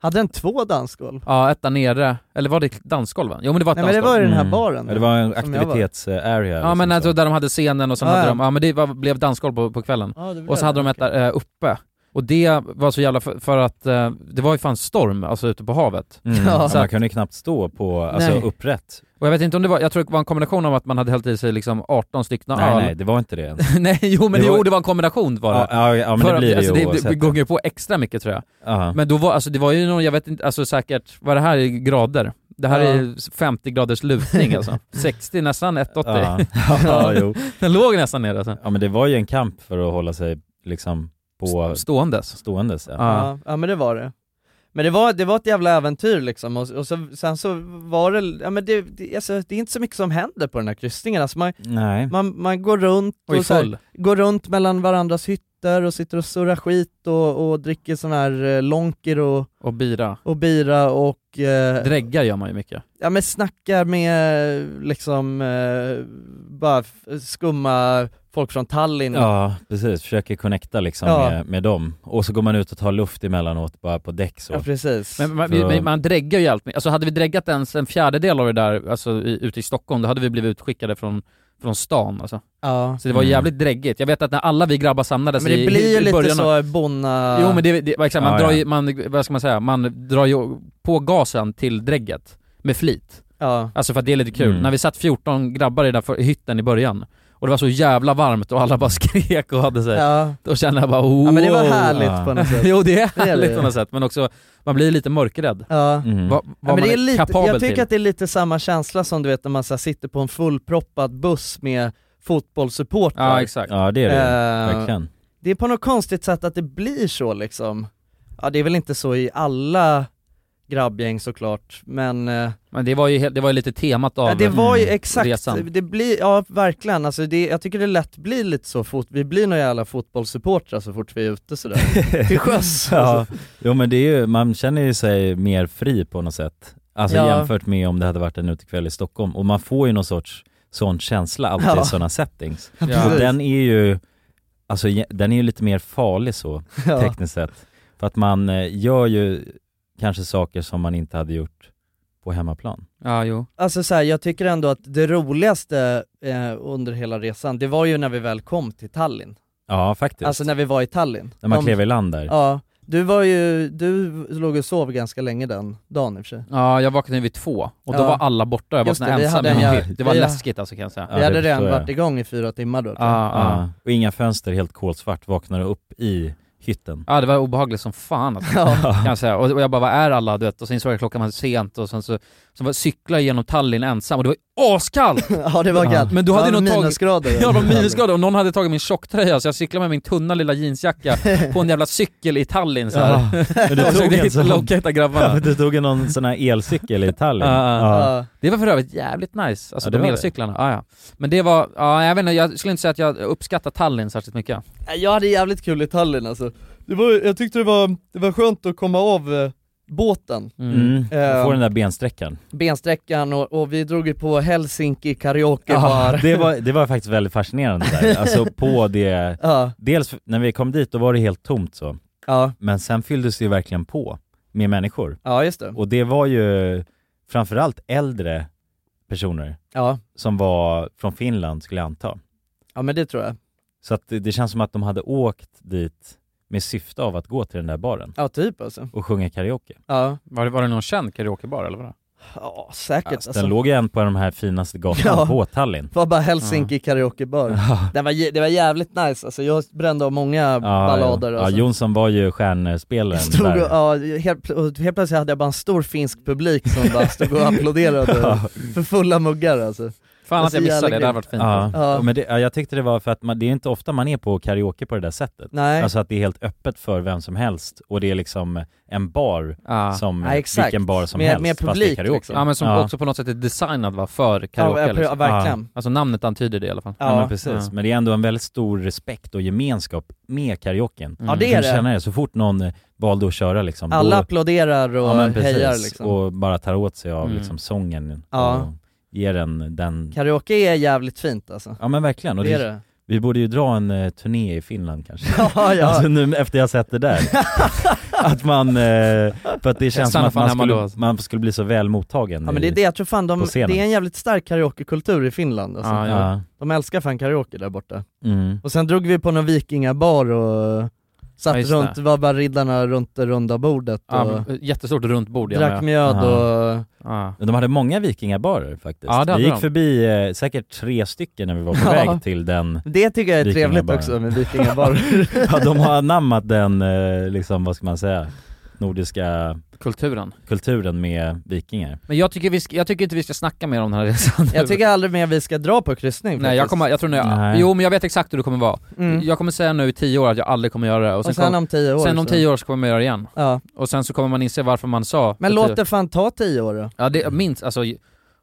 Speaker 3: Hade den två dansgolv?
Speaker 1: ja ett där nere, eller var det dansgolven? Jo men det var ett
Speaker 3: Nej men det
Speaker 1: dansgolv.
Speaker 3: var ju den här
Speaker 2: Mm.
Speaker 3: baren.
Speaker 2: Det var en
Speaker 3: Som jag var.
Speaker 2: aktivitets-area. liksom,
Speaker 1: Ja men alltså där de hade scenen och sen
Speaker 3: Ja,
Speaker 1: hade
Speaker 3: Ah, ja.
Speaker 1: de, ja men det var, blev dansgolv på, på kvällen.
Speaker 3: Ja, det blev
Speaker 1: Och så hade de
Speaker 3: det.
Speaker 1: ett där eh, uppe. Och det var så jävla, för, för att eh, det var ju fan storm alltså ute på havet.
Speaker 2: Mm.
Speaker 3: *laughs* Ja.
Speaker 2: Ja.
Speaker 1: Så
Speaker 2: Man
Speaker 1: att-
Speaker 2: kunde ju knappt stå på, alltså
Speaker 1: Nej.
Speaker 2: upprätt.
Speaker 1: Och jag vet inte om det var, jag tror det var en kombination av att man hade hällt i sig liksom 18 stycken
Speaker 2: Nej
Speaker 1: öl.
Speaker 2: nej, det var inte det
Speaker 1: *laughs*
Speaker 2: ens.
Speaker 1: nej jo men
Speaker 2: Det
Speaker 1: det,
Speaker 2: var-
Speaker 1: jo, det var en kombination var det.
Speaker 2: Ja, ja, ja men
Speaker 1: För
Speaker 2: det blir
Speaker 1: att,
Speaker 2: det ju
Speaker 1: alltså, det, det
Speaker 2: oavsett.
Speaker 1: går ju på extra mycket tror jag.
Speaker 2: Ja.
Speaker 1: Men då var, alltså, det var ju någon, jag vet inte, alltså säkert, vad det här är i grader? Det här
Speaker 3: Ja.
Speaker 1: är 50 graders lutning
Speaker 3: *laughs*
Speaker 1: alltså. 60, nästan 180.
Speaker 2: Ja. *laughs* Ja, jo.
Speaker 1: Den låg nästan ner alltså.
Speaker 2: ja men det var ju en kamp för att hålla sig liksom på
Speaker 1: Ståendes.
Speaker 2: ståendes. Ja.
Speaker 1: Ja.
Speaker 3: Ja. ja men det var det. Men det var, det var ett jävla äventyr liksom, och, och så, sen så var det, ja men det, det, alltså, det är inte så mycket som händer på den här kryssningen, alltså man,
Speaker 2: Nej.
Speaker 3: man, man går runt
Speaker 1: Och i
Speaker 3: så här-
Speaker 1: full.
Speaker 3: går runt mellan varandras hytter och sitter och surrar skit och, och dricker sån här eh, lonker och,
Speaker 1: Och bira.
Speaker 3: och bira och eh,
Speaker 1: Dräggar gör man ju mycket.
Speaker 3: ja, men snackar med eh, liksom eh, bara f- skumma folk från Tallinn.
Speaker 2: Ja precis, försöker connecta liksom
Speaker 3: Ja.
Speaker 2: med, med dem. Och så går man ut och tar luft emellanåt bara på däck så.
Speaker 3: Ja, precis.
Speaker 1: Men man,
Speaker 2: För att-
Speaker 1: men man dräggar ju allt. med- Alltså hade vi dräggat ens en fjärdedel av det där alltså, i, ute i Stockholm, då hade vi blivit utskickade från, från stan alltså.
Speaker 3: ja.
Speaker 1: Så det var
Speaker 2: Mm.
Speaker 1: jävligt dräggigt. Jag vet att när alla vi grabbar samlades
Speaker 3: men det
Speaker 1: Alltså, i,
Speaker 3: blir ju
Speaker 1: i början
Speaker 3: lite
Speaker 1: av-
Speaker 3: så bonna...
Speaker 1: Jo men det, det var exakt, man
Speaker 2: Ja,
Speaker 1: drar
Speaker 2: ja.
Speaker 1: ju, man, vad ska man säga, man drar ju på gasen till drägget med flit.
Speaker 3: ja.
Speaker 1: Alltså för att det är lite kul.
Speaker 2: Mm.
Speaker 1: När vi satt 14 grabbar i den där för, hytten i början, och det var så jävla varmt och alla bara *laughs* skrek och hade sig.
Speaker 3: Ja.
Speaker 1: Då kände jag bara wow.
Speaker 3: ja, men det var härligt
Speaker 2: Ja.
Speaker 3: på något sätt.
Speaker 1: *laughs* Jo det är
Speaker 3: det.
Speaker 1: härligt på något sätt, men också, man blir lite mörkrädd.
Speaker 3: Ja.
Speaker 2: Mm.
Speaker 1: Vad, vad
Speaker 3: Ja, men
Speaker 1: man
Speaker 3: det
Speaker 1: är,
Speaker 3: är lite,
Speaker 1: kapabel
Speaker 3: jag tycker
Speaker 1: till.
Speaker 3: att det är lite samma känsla som du vet när man så här, sitter på en fullproppad buss med fotbollssupportrar.
Speaker 1: Ja exakt.
Speaker 2: Ja det är det ju.
Speaker 3: Eh,
Speaker 2: verkligen.
Speaker 3: det är på något konstigt sätt att det blir så liksom. Ja det är väl inte så i alla grabbgäng såklart, men eh,
Speaker 1: Men det var ju, helt- det var ju lite temat av...
Speaker 3: ja, det var ju
Speaker 2: mm,
Speaker 3: exakt,
Speaker 1: resan.
Speaker 3: det blir, ja verkligen, alltså det, jag tycker det lätt blir lite så, fot, vi blir nog jävla fotbollssupportrar så fort vi är ute
Speaker 2: *laughs*
Speaker 3: sådär. Till sjöss.
Speaker 2: Ja.
Speaker 3: Alltså,
Speaker 2: Jo men det är ju, man känner ju sig mer fri på något sätt. Alltså
Speaker 3: Ja.
Speaker 2: jämfört med om det hade varit en utekväll i Stockholm. Och man får ju någon sorts sån känsla alltid
Speaker 3: Ja.
Speaker 2: i sådana settings.
Speaker 1: Ja.
Speaker 2: Och
Speaker 3: Precis.
Speaker 2: den är ju, alltså je- den är ju lite mer farlig så,
Speaker 3: ja.
Speaker 2: tekniskt sett. För att man eh, gör ju kanske saker som man inte hade gjort på hemmaplan.
Speaker 1: Ja, jo.
Speaker 3: Alltså så här, jag tycker ändå att det roligaste eh, under hela resan, det var ju när vi väl kom till Tallinn.
Speaker 2: Ja faktiskt.
Speaker 3: Alltså när vi var i Tallinn.
Speaker 2: när man
Speaker 3: Om-
Speaker 2: klev i land där.
Speaker 3: Ja, du var ju, du låg och sov ganska länge den dagen i och för sig.
Speaker 1: Ja, jag vaknade vid två och då
Speaker 3: Ja.
Speaker 1: var alla borta jag
Speaker 3: Just
Speaker 1: vaknade
Speaker 3: det, vi
Speaker 1: ensam
Speaker 3: hade
Speaker 1: i
Speaker 2: en
Speaker 1: min
Speaker 2: jävla-
Speaker 1: hytt. Det var
Speaker 3: vi-
Speaker 1: läskigt alltså kan jag säga.
Speaker 2: Ja,
Speaker 3: vi
Speaker 2: det
Speaker 3: hade redan
Speaker 2: förstår jag. Ah.
Speaker 3: varit igång i fyra timmar då tror *laughs* jag.
Speaker 1: Ja, ja.
Speaker 2: Ja. Och inga fönster, helt kolsvart, vaknar upp i hytten.
Speaker 1: Ja det var obehagligt som fan alltså, kan jag säga. Och, och jag bara, vad är alla? Du vet, och så insåg jag att klockan var sent och sen så som var, cyklade genom Tallinn ensam och det var
Speaker 3: *laughs*
Speaker 1: askallt!
Speaker 3: ja det var
Speaker 2: Ja.
Speaker 3: kallt.
Speaker 1: Men då hade
Speaker 3: det var
Speaker 1: någon tagit-
Speaker 3: minusgrader.
Speaker 1: *laughs* Jag var minusgrader och någon hade tagit min tjocktröja så jag cyklade med min tunna
Speaker 3: *laughs*
Speaker 1: lilla jeansjacka på en jävla cykel i Tallinn *laughs* så här.
Speaker 2: Men
Speaker 1: Jag
Speaker 2: du tog
Speaker 1: försökte
Speaker 2: en
Speaker 1: hitta
Speaker 2: sån,
Speaker 1: lockheta
Speaker 2: *laughs* ja,
Speaker 1: grabbarna.
Speaker 2: men du tog en någon sån här elcykel i
Speaker 1: *laughs*
Speaker 2: Tallinn.
Speaker 1: Ja, ja.
Speaker 2: Ja.
Speaker 3: Ja.
Speaker 1: Det var för övrigt jävligt nice, alltså
Speaker 2: Ja, det
Speaker 1: de
Speaker 2: var det.
Speaker 1: elcyklarna. Ja, ja. Men det var, ja, jag vet inte, jag skulle inte säga att jag uppskattar Tallinn särskilt mycket.
Speaker 3: Nej, Jag hade jävligt kul i Tallinn alltså. det var, Jag tyckte det var, det var skönt att komma av eh, båten,
Speaker 1: Mm.
Speaker 2: Mm. Du får den där bensträckan.
Speaker 3: bensträckan och, och vi drog ju på Helsinki
Speaker 1: Ah,
Speaker 3: karaokebar.
Speaker 2: det, var, det var faktiskt väldigt fascinerande där. *laughs* Alltså på det,
Speaker 3: *laughs* Ja,
Speaker 2: dels när vi kom dit då var det helt tomt så,
Speaker 3: ja,
Speaker 2: men sen fylldes det ju verkligen på med människor.
Speaker 3: ja just det.
Speaker 2: Och det var ju framförallt äldre personer
Speaker 3: Ja,
Speaker 2: som var från Finland skulle jag anta.
Speaker 3: ja men det tror jag.
Speaker 2: Så att det, det känns som att de hade åkt dit med syfte av att gå till den där baren
Speaker 3: Ja typ alltså.
Speaker 2: och sjunga karaoke.
Speaker 3: Ja,
Speaker 1: Var, det, var det någon känd karaokebar eller vadå?
Speaker 3: ja säkert
Speaker 2: Alltså,
Speaker 3: alltså.
Speaker 2: den låg ju en på de här finaste gatorna
Speaker 3: Ja.
Speaker 2: på Tallinn.
Speaker 3: Det var bara Helsinki
Speaker 2: Ah. *laughs*
Speaker 3: karaokebar.
Speaker 2: Ja,
Speaker 3: Den var, jä- det var jävligt nice alltså, jag brände av många ballader
Speaker 2: Ah, ja.
Speaker 3: alltså.
Speaker 2: ja, Jonsson var ju stjärnspelaren
Speaker 3: Stod och,
Speaker 2: där.
Speaker 3: ja, helt, pl- och helt plötsligt hade jag bara en stor finsk publik som bara stod och applåderade för fulla muggar alltså.
Speaker 1: Fan att
Speaker 3: Alltså,
Speaker 1: jag missade
Speaker 3: jävla
Speaker 1: det, det
Speaker 3: grymt.
Speaker 1: hade varit fint.
Speaker 2: Ja.
Speaker 3: Ja.
Speaker 2: Men det, ja, jag tyckte det var för att man, det är inte ofta man är på karaoke på det där sättet.
Speaker 3: Nej,
Speaker 2: Alltså att det är helt öppet för vem som helst och det är liksom en bar
Speaker 1: Ja.
Speaker 2: som
Speaker 3: Ja, exakt.
Speaker 2: vilken bar som
Speaker 3: Med-
Speaker 2: helst
Speaker 3: med
Speaker 2: fast det är
Speaker 3: publik,
Speaker 2: karaoke.
Speaker 3: liksom.
Speaker 1: Ja men som
Speaker 2: Ja.
Speaker 1: också på något sätt är designad va, för
Speaker 3: ja,
Speaker 1: karaoke
Speaker 3: ja,
Speaker 1: liksom.
Speaker 3: verkligen.
Speaker 1: Alltså namnet antyder det i alla fall.
Speaker 2: Ja,
Speaker 3: Ja.
Speaker 2: men precis,
Speaker 1: Ja.
Speaker 2: men det är ändå en väldigt stor respekt och gemenskap med karaoken.
Speaker 1: Mm.
Speaker 3: Ja, det
Speaker 2: Jag
Speaker 3: är
Speaker 2: kan
Speaker 3: det.
Speaker 2: känna det, så fort någon eh, valde att köra liksom,
Speaker 3: Alla
Speaker 2: då-
Speaker 3: applåderar och
Speaker 2: ja, men precis,
Speaker 3: hejar liksom.
Speaker 2: och bara tar åt sig av
Speaker 1: Mm.
Speaker 2: liksom, sången
Speaker 3: Ja.
Speaker 2: och ger den, den
Speaker 3: Karaoke är jävligt fint alltså.
Speaker 2: Ja men verkligen, och
Speaker 3: Det är
Speaker 2: det,
Speaker 3: det. *laughs*
Speaker 2: vi borde ju dra en eh, turné i Finland kanske.
Speaker 3: Ja, ja.
Speaker 2: Alltså nu efter jag sett
Speaker 3: *laughs*
Speaker 2: det där. att man, eh, för att det känns som
Speaker 1: stannar
Speaker 2: att
Speaker 1: fan
Speaker 2: man
Speaker 1: hemma då,
Speaker 2: skulle,
Speaker 1: alltså.
Speaker 2: man skulle bli så väl mottagen.
Speaker 3: ja men det är
Speaker 2: i-
Speaker 3: det, jag tror fan de,
Speaker 2: På
Speaker 3: det
Speaker 2: scenen.
Speaker 3: är en jävligt stark karaokekultur i Finland alltså.
Speaker 1: Ja, ja.
Speaker 2: Ja.
Speaker 3: De älskar fan karaoke där borta.
Speaker 2: Mm.
Speaker 3: Och sen drog vi på någon vikingabar och eh, satt
Speaker 1: Ja, just
Speaker 3: runt,
Speaker 1: det.
Speaker 3: var bara riddarna runt det runda bordet och
Speaker 1: Ja, men, eh, jättestort runt bord jag
Speaker 3: drack
Speaker 1: med.
Speaker 3: mjöd
Speaker 2: Aha.
Speaker 3: och...
Speaker 1: Ja.
Speaker 2: De hade många vikingabarer faktiskt.
Speaker 1: Ja, det hade
Speaker 2: vi gick
Speaker 1: de.
Speaker 2: förbi eh, säkert tre stycken när vi var på
Speaker 3: Ja.
Speaker 2: väg till den.
Speaker 3: Det tycker jag är trevligt
Speaker 2: Vikingabar.
Speaker 3: också med vikingabarer.
Speaker 2: *laughs*
Speaker 3: *laughs*
Speaker 2: Ja, de har anammat den, eh, liksom, vad ska man säga, nordiska
Speaker 1: Kulturen.
Speaker 2: kulturen med vikingar.
Speaker 1: Men jag tycker, vi ska, jag tycker inte vi ska snacka mer om den här resan.
Speaker 3: jag tycker aldrig mer vi ska dra på kryssning
Speaker 1: Nej jag
Speaker 3: faktiskt.
Speaker 1: kommer, jag tror när jag,
Speaker 2: Nej.
Speaker 1: jo men jag vet exakt hur det kommer vara.
Speaker 3: Mm.
Speaker 1: Jag kommer säga nu i tio år att jag aldrig kommer göra det och
Speaker 3: och
Speaker 1: sen,
Speaker 3: sen,
Speaker 1: kom,
Speaker 3: om tio år
Speaker 1: sen om
Speaker 3: så-
Speaker 1: tio år så kommer man göra det igen.
Speaker 3: Ja.
Speaker 1: Och sen så kommer man inse varför man sa
Speaker 3: Men
Speaker 1: för
Speaker 3: låt
Speaker 1: tio-
Speaker 3: det fan ta tio år då.
Speaker 1: Ja det, minst, alltså, ju-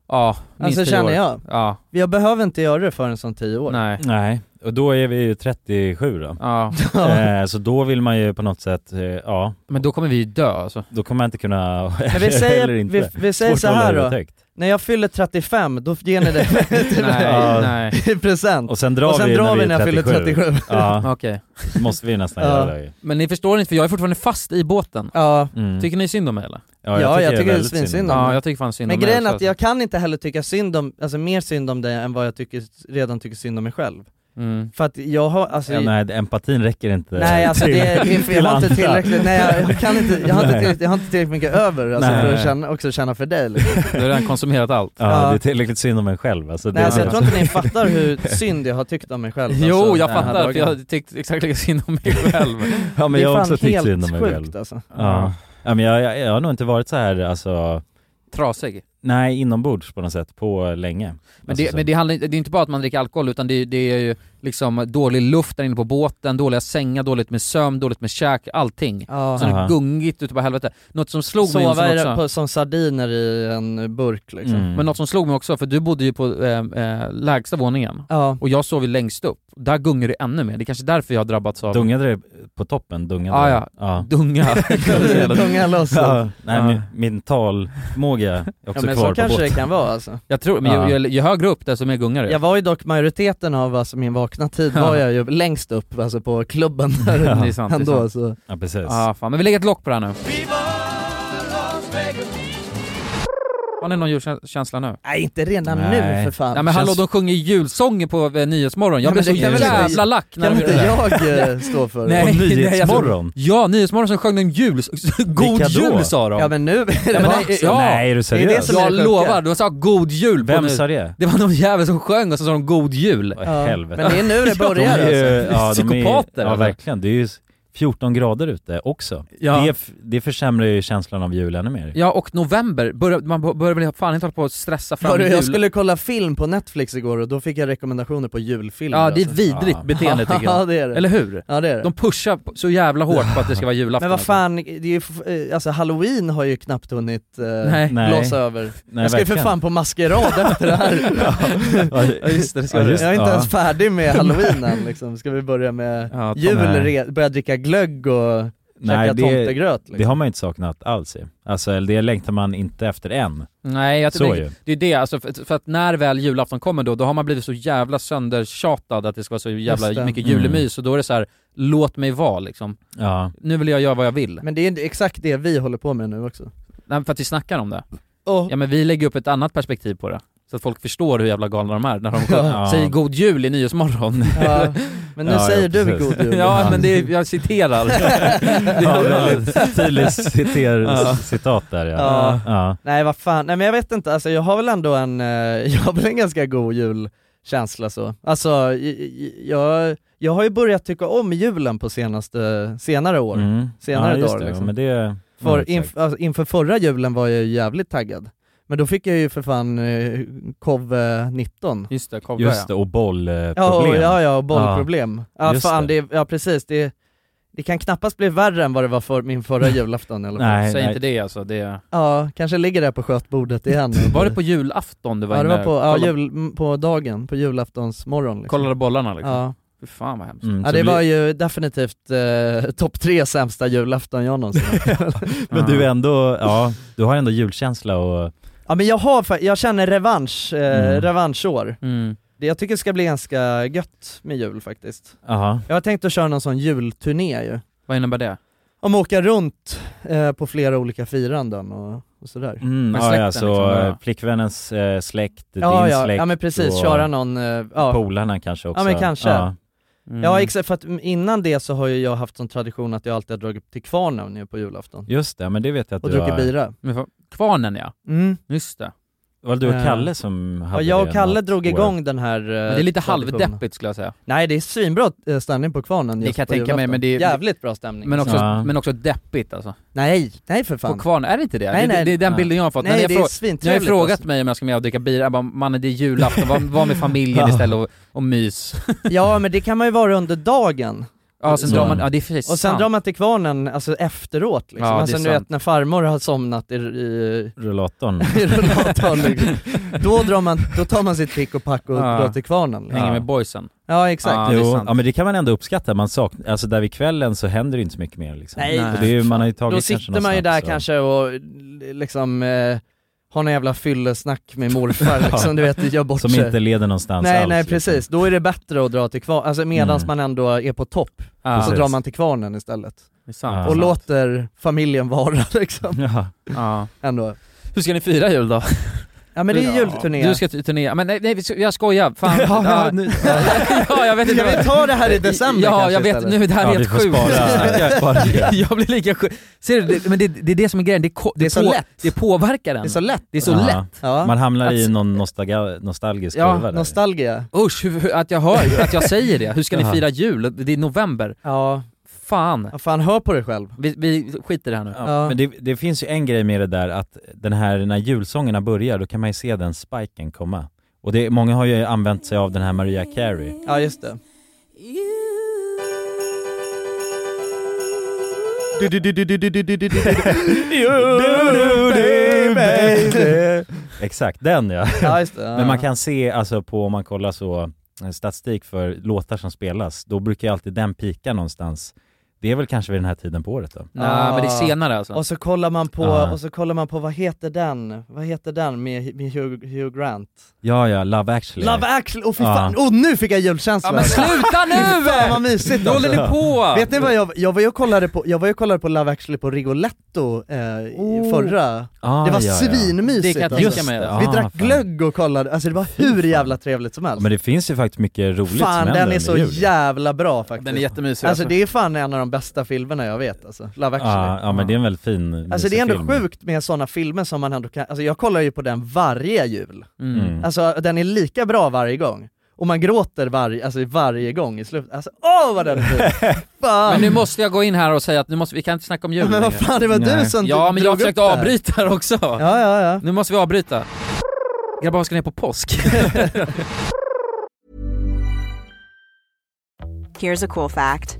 Speaker 1: ja, minst
Speaker 3: Alltså
Speaker 1: tio
Speaker 3: känner
Speaker 1: år.
Speaker 3: jag.
Speaker 1: Ja,
Speaker 3: Jag behöver inte göra det förrän som tio år.
Speaker 1: nej.
Speaker 2: Nej, och då är vi ju 37 då.
Speaker 1: Ja.
Speaker 2: Eh, så då vill man ju på något sätt, eh, ja,
Speaker 1: Men då kommer vi ju
Speaker 3: *laughs*
Speaker 1: dö alltså.
Speaker 2: då kommer man inte kunna... *laughs*
Speaker 3: Men vi säger, vi, vi säger så här då, när jag fyller 35 då ger ni det *laughs*
Speaker 1: *laughs* nej,
Speaker 2: Ja.
Speaker 1: nej.
Speaker 3: i *laughs* present.
Speaker 2: Och sen drar
Speaker 3: och sen
Speaker 2: vi
Speaker 3: drar
Speaker 2: när
Speaker 3: vi när jag fyller 37.
Speaker 2: Ja,
Speaker 1: Okej.
Speaker 2: det måste vi nästan
Speaker 3: Ja.
Speaker 2: göra det.
Speaker 1: Men ni förstår inte för jag är fortfarande fast i båten.
Speaker 3: *laughs* Ja,
Speaker 2: Mm.
Speaker 1: Tycker ni synd om mig eller?
Speaker 2: ja,
Speaker 3: Ja, jag tycker det är
Speaker 2: väldigt synd.
Speaker 3: svinsynd om-
Speaker 1: Ja, jag tycker fan synd
Speaker 3: men
Speaker 1: om mig
Speaker 3: grejen är
Speaker 1: också,
Speaker 3: att jag kan inte heller tycka synd om, alltså mer synd om dig än vad jag tycker, redan tycker synd om mig själv.
Speaker 1: alltså. Mm.
Speaker 3: För att jag har, alltså,
Speaker 2: Ja, nej, empatin räcker inte
Speaker 3: nej alltså det, det, jag har inte
Speaker 2: andra.
Speaker 3: tillräckligt, nej jag,
Speaker 2: *laughs*
Speaker 3: jag kan inte, jag har inte
Speaker 2: Nej.
Speaker 3: tillräckligt, jag har inte tillräckligt mycket över alltså,
Speaker 2: Nej.
Speaker 3: för att känna, också känna för dig liksom.
Speaker 1: Du har redan konsumerat allt.
Speaker 3: *laughs*
Speaker 2: Ja,
Speaker 3: Ja.
Speaker 2: det är tillräckligt synd om en själv alltså,
Speaker 3: Nej
Speaker 2: det,
Speaker 3: alltså jag tror inte ni fattar hur synd jag har tyckt om mig själv
Speaker 1: jo,
Speaker 3: alltså,
Speaker 1: jag
Speaker 3: den här
Speaker 1: fattar för
Speaker 3: dagen.
Speaker 1: jag tyckte exakt lika synd om mig själv.
Speaker 3: *laughs*
Speaker 2: Ja men
Speaker 3: det är
Speaker 2: jag har
Speaker 3: fan
Speaker 2: också tyckt
Speaker 3: helt
Speaker 2: synd om mig
Speaker 3: sjukt
Speaker 2: själv
Speaker 3: alltså.
Speaker 2: ja. ja men jag, jag, jag har nog inte varit så här alltså,
Speaker 1: Trasig.
Speaker 2: nej inombords på något sätt på länge
Speaker 1: Men,
Speaker 2: Alltså,
Speaker 1: det,
Speaker 2: så-
Speaker 1: men det, handlar, inte- det är inte bara att man dricker alkohol utan det, det är ju liksom dålig luft där inne på båten, dåliga sängar, dåligt med sömn, dåligt med käk, allting.
Speaker 3: Ja.
Speaker 1: Så det är
Speaker 2: Aha.
Speaker 1: gungigt ute på helvete. Något som slog mig
Speaker 3: Sova
Speaker 1: Jonsson,
Speaker 3: i,
Speaker 1: också,
Speaker 3: på, som sardiner i en burk liksom.
Speaker 2: Mm.
Speaker 1: men något som slog mig också, för du bodde ju på eh, eh, lägsta våningen
Speaker 2: *laughs*
Speaker 3: Ja.
Speaker 1: och jag sov ju längst upp. Där gungar det ännu mer, det är kanske är därför jag har drabbats av
Speaker 2: Dungade det på toppen? Dungade
Speaker 1: Ah,
Speaker 2: det?
Speaker 1: ja.
Speaker 3: *laughs*
Speaker 2: ja. *laughs*
Speaker 1: dunga.
Speaker 3: Tunga loss. Ja,
Speaker 2: Ja, nej,
Speaker 1: Ja.
Speaker 2: min, min talmåga är också
Speaker 3: men
Speaker 2: kvar
Speaker 3: så
Speaker 2: på
Speaker 3: kanske
Speaker 2: båten.
Speaker 3: det kan vara alltså.
Speaker 1: Jag tror, men
Speaker 2: Ja.
Speaker 1: ju, ju, ju högre upp desto mer gungar det.
Speaker 3: Jag var ju dock majoriteten av alltså, min vakna tid
Speaker 1: Ja.
Speaker 3: var jag ju längst upp alltså, på klubben där
Speaker 1: Ja, det är sant, det är
Speaker 3: ändå
Speaker 1: sant.
Speaker 3: så.
Speaker 2: Ja precis.
Speaker 1: Ja, Ah, fan. Men vi lägger ett lock på det här nu. Har ni någon julkänsla nu?
Speaker 3: Nej inte redan
Speaker 2: Nej.
Speaker 3: nu för fan.
Speaker 1: Nej men hallå, de sjunger julsånger på eh, Nyhetsmorgon. Jag
Speaker 3: Nej,
Speaker 1: blev
Speaker 3: men
Speaker 1: så
Speaker 3: det kan väl
Speaker 1: jävla
Speaker 3: inte-
Speaker 1: lack när
Speaker 3: Kan
Speaker 1: de
Speaker 3: inte
Speaker 1: gjorde det.
Speaker 3: jag *laughs* eh, stå för
Speaker 1: Nej,
Speaker 2: Och
Speaker 1: nej,
Speaker 2: *laughs*
Speaker 1: alltså-
Speaker 2: Nyhetsmorgon?
Speaker 1: Ja, Nyhetsmorgon som sjöng en jul... *laughs* God
Speaker 2: Vilka då?
Speaker 1: jul sa
Speaker 3: *laughs*
Speaker 1: de.
Speaker 3: Ja men nu,
Speaker 1: Ja, men nej, ja.
Speaker 2: Nej är du
Speaker 3: är
Speaker 2: seriös?
Speaker 3: det som är
Speaker 1: jag
Speaker 3: sjuka.
Speaker 1: lovar, de sa god jul på
Speaker 2: Vem
Speaker 1: nu.
Speaker 2: sa det?
Speaker 1: Det var någon jävel som sjöng och så sa de god jul.
Speaker 2: Vad i
Speaker 3: Ja.
Speaker 2: helvete.
Speaker 3: men det är nu det
Speaker 1: Ja,
Speaker 2: De
Speaker 3: börjar
Speaker 2: är ju-
Speaker 3: alltså.
Speaker 2: ja, de är-
Speaker 1: Psykopater,
Speaker 2: Ja
Speaker 1: eller?
Speaker 2: verkligen, det är ju s- 14 grader ute också.
Speaker 1: Ja.
Speaker 2: Det, f- det försämrar ju känslan av jul ännu mer.
Speaker 1: Ja, och november, börjar, man bör- börjar väl fan inte hålla på att stressa fram
Speaker 3: Hörru,
Speaker 1: jul.
Speaker 3: jag skulle kolla film på Netflix igår och då fick jag rekommendationer på julfilmer
Speaker 1: Ja, det är
Speaker 3: alltså.
Speaker 1: vidrigt
Speaker 2: Ja.
Speaker 1: beteende
Speaker 3: *laughs*
Speaker 1: tycker
Speaker 3: Ja
Speaker 1: jag.
Speaker 3: det är det.
Speaker 1: Eller hur?
Speaker 3: Ja det är det.
Speaker 1: De pushar på- så jävla hårt på att det ska vara julafton.
Speaker 3: Men vad fan, det är ju, f- eh, alltså halloween har ju knappt hunnit eh,
Speaker 1: Nej.
Speaker 2: Nej.
Speaker 3: blåsa över.
Speaker 2: Nej,
Speaker 3: jag ska ju för
Speaker 2: verkligen.
Speaker 3: fan på
Speaker 1: *laughs*
Speaker 3: maskerad efter det här.
Speaker 2: ja, just det, det
Speaker 1: du.
Speaker 3: jag är inte ens färdig med halloween än liksom. Ska vi börja med
Speaker 1: Ja, ta
Speaker 3: jul,
Speaker 2: med-
Speaker 3: re- börja dricka glögg och
Speaker 2: Nej,
Speaker 3: käka
Speaker 2: det,
Speaker 3: tomtegröt liksom.
Speaker 2: det har man ju inte saknat alls ju. Alltså, eller det längtar man inte efter än.
Speaker 1: Nej, jag
Speaker 2: Så
Speaker 1: tror
Speaker 2: ju.
Speaker 1: det, det är det, alltså, för, för att när väl julafton kommer då, då har man blivit så jävla söndertjatad att det ska vara så
Speaker 3: Just
Speaker 1: jävla
Speaker 3: det.
Speaker 1: mycket
Speaker 2: Mm.
Speaker 1: julemys, och då är det så här: låt mig vara liksom.
Speaker 3: *laughs*
Speaker 2: Ja.
Speaker 1: Nu vill jag göra vad jag vill.
Speaker 3: Men det är exakt det vi håller på med nu också.
Speaker 1: Nej, för att vi snackar om det.
Speaker 3: Och,
Speaker 1: Ja men vi lägger upp ett annat perspektiv på det. Så att folk förstår hur jävla galna de är när de
Speaker 2: Ja.
Speaker 1: säger god jul i Nyhetsmorgon.
Speaker 3: ja, men nu
Speaker 2: Ja, ja,
Speaker 3: säger du
Speaker 2: precis.
Speaker 3: god jul.
Speaker 1: *laughs* ja
Speaker 2: Ja.
Speaker 1: men det är,
Speaker 3: *laughs*
Speaker 1: jag citerar.
Speaker 2: ja väldigt tydligt citer, citat där ja.
Speaker 3: Ja.
Speaker 2: ja.
Speaker 3: Nej vad fan, nej men jag vet inte, alltså jag har väl ändå en, eh, *laughs* jag har väl en ganska god julkänsla så. Alltså j- j- jag, jag har ju börjat tycka om julen på senaste, senare år.
Speaker 2: Mm.
Speaker 3: Senare
Speaker 2: ja, just
Speaker 3: dagar,
Speaker 2: det.
Speaker 3: liksom.
Speaker 2: Men det... ja,
Speaker 3: För,
Speaker 2: exakt.
Speaker 3: inf, alltså, inför förra julen var jag ju jävligt taggad. Men då fick jag ju för fan eh, covid-19.
Speaker 1: Just det, kobra
Speaker 2: Just
Speaker 1: ja.
Speaker 2: det, och bollproblem.
Speaker 3: Ja, och, ja, ja, och bollproblem. Ja,
Speaker 2: just
Speaker 3: fan,
Speaker 2: det.
Speaker 3: det. ja precis, det, det kan knappast bli värre än vad det var för min
Speaker 2: *laughs*
Speaker 3: förra julafton i alla fall.
Speaker 2: Nej,
Speaker 1: Säg
Speaker 2: nej.
Speaker 1: inte det alltså, det...
Speaker 3: Ja, kanske ligger där på skötbordet
Speaker 2: *laughs*
Speaker 3: igen.
Speaker 1: Var det på julafton du var
Speaker 3: Ja, det
Speaker 1: inne
Speaker 3: var på, ja,
Speaker 1: kollade,
Speaker 3: jul, m- på dagen, på julaftons morgon liksom.
Speaker 1: kollade bollarna liksom?
Speaker 3: Ja.
Speaker 1: Fy fan vad hemskt.
Speaker 2: Mm,
Speaker 3: ja
Speaker 2: så
Speaker 3: det
Speaker 2: blir-
Speaker 3: var ju definitivt eh, *laughs* topp tre sämsta julafton jag någonsin
Speaker 2: *laughs*
Speaker 3: haft.
Speaker 2: Men du är ändå, ja, du har ändå julkänsla och
Speaker 3: Ja men jag har fa- jag känner revansch, eh,
Speaker 2: Mm.
Speaker 3: revanschår.
Speaker 1: Mm.
Speaker 3: Det jag tycker ska bli ganska gött med jul faktiskt.
Speaker 2: Aha.
Speaker 3: Jag har tänkt att köra någon sån julturné ju.
Speaker 1: Vad innebär det?
Speaker 3: Om att åka runt eh, på flera olika firanden och, och sådär.
Speaker 2: Mm,
Speaker 1: Med
Speaker 2: ja,
Speaker 1: släkten
Speaker 2: ja, så
Speaker 1: liksom, ja.
Speaker 2: eh, flickvännens eh, släkt,
Speaker 3: Ja,
Speaker 2: din
Speaker 3: ja,
Speaker 2: släkt
Speaker 3: ja men precis,
Speaker 2: och
Speaker 3: köra någon, eh, ja.
Speaker 2: polarna kanske också.
Speaker 3: men kanske.
Speaker 2: Ja.
Speaker 1: Mm.
Speaker 3: Ja exakt, för att innan det så har ju jag haft som tradition att jag alltid har dragit upp till Kvarnen nu på julafton.
Speaker 2: Just det, men det vet jag att
Speaker 3: Och
Speaker 2: du
Speaker 3: druckit
Speaker 2: har.
Speaker 3: bira.
Speaker 1: Men fan, Kvarnen ja,
Speaker 3: Mm.
Speaker 1: just det.
Speaker 2: Var det du och
Speaker 3: Eh,
Speaker 2: Kalle som hade
Speaker 3: Ja, jag
Speaker 2: det
Speaker 3: och Kalle
Speaker 2: något
Speaker 3: drog
Speaker 2: år?
Speaker 3: igång den här eh,
Speaker 1: Men det är lite
Speaker 3: traditionen.
Speaker 1: halvdeppigt skulle jag säga.
Speaker 3: Nej det är svinbra eh, stämning på kvarnen
Speaker 1: Det
Speaker 3: just
Speaker 1: kan jag
Speaker 3: på
Speaker 1: tänka mig,
Speaker 3: julafton.
Speaker 1: men det är-
Speaker 3: Jävligt bra stämning alltså.
Speaker 1: Men också,
Speaker 2: Ja.
Speaker 1: men också deppigt alltså.
Speaker 3: Nej, nej för fan
Speaker 1: På Kvarnen, är det inte det?
Speaker 3: Nej,
Speaker 1: det,
Speaker 3: nej.
Speaker 1: det är den
Speaker 3: Ja.
Speaker 1: bilden jag har fått. När
Speaker 3: Nej
Speaker 1: jag
Speaker 3: det är
Speaker 1: frå- Ni har
Speaker 3: svintrevligt
Speaker 1: ju frågat
Speaker 3: alltså.
Speaker 1: mig om jag ska med och dricka bira, jag bara mannen det är julafton, var, var
Speaker 3: *laughs*
Speaker 1: med familjen
Speaker 2: Ja.
Speaker 1: istället och, och mys.
Speaker 3: alltså. Ja men det kan man ju vara under dagen,
Speaker 1: Ja sen
Speaker 2: Så.
Speaker 1: drar man, ja det är för sig
Speaker 3: och sen
Speaker 1: sant.
Speaker 3: drar man till kvarnen alltså efteråt liksom,
Speaker 1: Ja, det är
Speaker 3: alltså du
Speaker 1: sant. Mm.
Speaker 3: vet när farmor har somnat i, i,
Speaker 2: *laughs* Rullatorn.
Speaker 3: i rullatorn *laughs*
Speaker 1: *laughs*
Speaker 3: liksom. då, drar man, då tar man sitt pick och pack och
Speaker 1: Ja.
Speaker 3: drar till kvarnen liksom.
Speaker 1: Hänger
Speaker 2: Ja.
Speaker 1: med boysen.
Speaker 3: Ja exakt,
Speaker 1: Ja, det är
Speaker 2: jo,
Speaker 1: sant.
Speaker 2: ja men det kan man ändå uppskatta, man saknar, alltså där vid kvällen så händer det inte så mycket mer liksom.
Speaker 3: Nej,
Speaker 2: Och det är ju, man har ju tagit
Speaker 3: då
Speaker 2: kanske
Speaker 3: sitter
Speaker 2: någon
Speaker 3: man ju
Speaker 2: snaps
Speaker 3: där
Speaker 2: och-
Speaker 3: kanske och liksom eh, har någon jävla fyllesnack med
Speaker 2: *laughs*
Speaker 3: morfar liksom, du vet, gör bort
Speaker 2: Som
Speaker 3: sig
Speaker 2: inte leder någonstans
Speaker 3: Nej
Speaker 2: alls,
Speaker 3: nej
Speaker 2: liksom.
Speaker 3: precis, då är det bättre att dra till kvarnen, alltså medans
Speaker 2: Mm.
Speaker 3: man ändå är på topp,
Speaker 1: Ja,
Speaker 3: så
Speaker 2: precis.
Speaker 3: drar man till kvarnen istället.
Speaker 1: det är sant.
Speaker 2: Ja.
Speaker 3: Och
Speaker 1: Och låt...
Speaker 3: låter familjen vara *laughs* liksom,
Speaker 2: Ja.
Speaker 1: Ja.
Speaker 3: ändå.
Speaker 1: Hur ska ni fira jul då?
Speaker 3: Ja men det är julturné.
Speaker 1: Du ska till turné, men nej, nej vi ska- jag skojar,
Speaker 3: *laughs*
Speaker 2: *laughs*
Speaker 1: fan. ja, ja, *laughs*
Speaker 2: nu-
Speaker 1: jag vet inte.
Speaker 3: Ska vi ta det här i december
Speaker 1: Ja,
Speaker 3: kanske
Speaker 1: jag vet,
Speaker 3: istället?
Speaker 1: nu är det här
Speaker 2: Ja,
Speaker 1: är
Speaker 2: vi
Speaker 1: helt *laughs*
Speaker 2: får
Speaker 1: sjukt.
Speaker 2: spara- spara det.
Speaker 1: jag blir lika sjuk. Ser du, det, men det, det är det som är grejen, det, ko-
Speaker 3: Det är så
Speaker 1: på-
Speaker 3: lätt.
Speaker 1: det påverkar en.
Speaker 3: Det är så lätt.
Speaker 1: Det är så
Speaker 2: Ja.
Speaker 1: lätt.
Speaker 3: Ja.
Speaker 2: Man hamnar i någon nostalga, nostalgisk
Speaker 1: Ja,
Speaker 2: kurva där.
Speaker 3: Nostalgia.
Speaker 1: Usch, hur, hur, att jag hör, att jag säger det. Hur ska ni fira jul? Det är november.
Speaker 3: Ja,
Speaker 1: Fan.
Speaker 3: ja, fan hör på dig själv.
Speaker 1: Vi, vi skiter i det här nu.
Speaker 3: Ja.
Speaker 2: Ja. Men det, det finns ju en grej med det där att den här, när julsångerna börjar, då kan man ju se den spiken komma. Och det, många har ju använt sig av den här Maria Carey.
Speaker 3: Ja just *laughs* det.
Speaker 2: Exakt, den ja.
Speaker 3: Ja just det. Ja.
Speaker 2: Men man kan se, alltså på om man kollar så, eh, statistik för låtar som spelas, då brukar ju alltid den pika någonstans. Det är väl kanske vid den här tiden på året då?
Speaker 1: Nej men det är senare alltså.
Speaker 3: Och så kollar man på,
Speaker 2: Ja.
Speaker 3: och så kollar man på vad heter den, vad heter den med, med Hugh, Hugh Grant?
Speaker 2: Ja, ja, Love actually.
Speaker 3: Love actually, och fy
Speaker 2: Ja.
Speaker 3: fan, och nu fick jag julkänsla!
Speaker 1: Ja, men *laughs* sluta nu!
Speaker 3: Fan vad mysigt alltså.
Speaker 1: Då håller ni på!
Speaker 3: Vet ni vad jag, jag var ju och kollade på, jag var ju och kollade på Love actually på Rigoletto eh, i
Speaker 1: Oh.
Speaker 3: förra,
Speaker 2: Ah,
Speaker 3: det var
Speaker 2: ja, ja.
Speaker 1: Det
Speaker 3: svinmysigt
Speaker 1: kan jag
Speaker 3: alltså.
Speaker 1: tänka mig.
Speaker 2: Ja.
Speaker 3: Vi
Speaker 2: Ah,
Speaker 3: drack
Speaker 2: fan.
Speaker 3: glögg och kollade, alltså det var hur jävla trevligt som helst
Speaker 2: Men det finns ju faktiskt mycket roligt
Speaker 3: Fan
Speaker 2: som
Speaker 3: den
Speaker 2: händer
Speaker 3: är så
Speaker 2: med jul.
Speaker 3: jävla bra faktiskt
Speaker 1: Den är jättemysig
Speaker 3: Alltså det är fan en av de bästa filmerna jag vet alltså, Love actually
Speaker 2: Ah, Ja, ja men det är en väldigt fin
Speaker 3: Alltså det är
Speaker 2: mysig
Speaker 3: ändå
Speaker 2: film.
Speaker 3: sjukt med sådana filmer som man ändå kan, alltså jag kollar ju på den varje jul
Speaker 1: mm.
Speaker 2: Mm.
Speaker 3: Alltså den är lika bra varje gång.
Speaker 6: och man gråter varje, alltså varje gång i slutet. Alltså åh vad den är fin!
Speaker 2: *laughs*
Speaker 6: Fan!
Speaker 1: Men nu måste jag gå in här och säga att nu måste, vi kan inte snacka om jul
Speaker 6: men vad fan, det var du
Speaker 2: Nej.
Speaker 6: som
Speaker 1: Ja men jag
Speaker 6: drog upp
Speaker 1: försökte
Speaker 6: det här.
Speaker 1: avbryta här också.
Speaker 6: Ja, ja, ja.
Speaker 1: Nu måste vi avbryta. Grabbar, vad ska ni på påsk?
Speaker 4: Here's a cool fact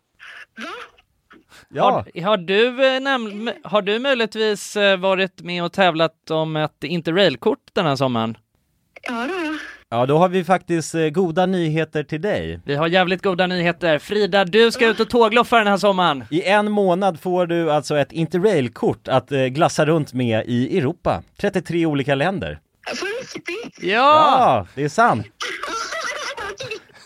Speaker 2: Ja,
Speaker 3: Har, har, du, eh, näm- m- har du möjligtvis eh, varit med och tävlat om ett interrailkort den här sommaren?
Speaker 7: Ja, då, ja.
Speaker 2: ja då har vi faktiskt eh, goda nyheter till dig.
Speaker 3: Vi har jävligt goda nyheter. Frida, du ska ut och tågluffa den här sommaren.
Speaker 2: I en månad får du alltså ett interrailkort att eh, glassa runt med i Europa. 33 olika länder.
Speaker 7: På riktigt?
Speaker 3: Ja!
Speaker 2: Ja, det är sant.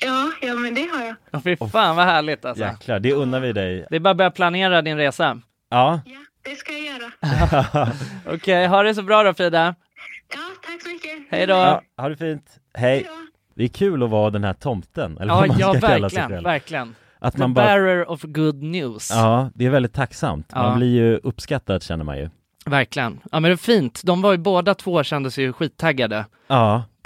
Speaker 7: Ja, ja, men det har jag.
Speaker 3: Åh, Fy fan vad härligt alltså.
Speaker 2: Jäklar, det unnar vi dig.
Speaker 3: Det är bara att börja planera din resa.
Speaker 2: Ja,
Speaker 7: Ja, det ska jag göra.
Speaker 3: Okej, ha det så bra då Frida.
Speaker 7: Ja, tack så mycket.
Speaker 3: Hej då.
Speaker 2: ja
Speaker 3: Ja,
Speaker 2: ha det fint. Hej. Det är kul att vara den här tomten, eller vad man
Speaker 3: ja
Speaker 2: ska kalla sig
Speaker 3: verkligen,
Speaker 2: själv.
Speaker 3: verkligen.
Speaker 2: Att
Speaker 8: The
Speaker 2: man bara...
Speaker 8: bearer of good news.
Speaker 2: Ja, det är väldigt tacksamt. Man
Speaker 8: Ja.
Speaker 2: blir ju uppskattad känner man ju.
Speaker 8: Verkligen. Ja men det är fint. De var ju båda två kändes ju skittaggade
Speaker 2: Ja.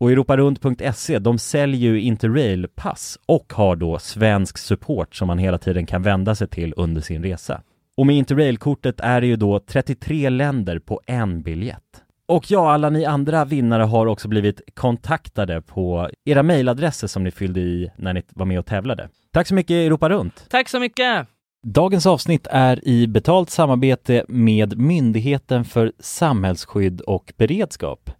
Speaker 2: Och europarunt.se, E, de säljer ju Interrail-pass och har då svensk support som man hela tiden kan vända sig till under sin resa. Och med Interrail-kortet är det ju då 33 länder på en biljett. Och ja, alla ni andra vinnare har också blivit kontaktade på era mejladresser som ni fyllde i när ni var med och tävlade. Tack så mycket Europa Runt!
Speaker 8: Tack så mycket!
Speaker 2: Dagens avsnitt är i betalt samarbete med Myndigheten för samhällsskydd och beredskap,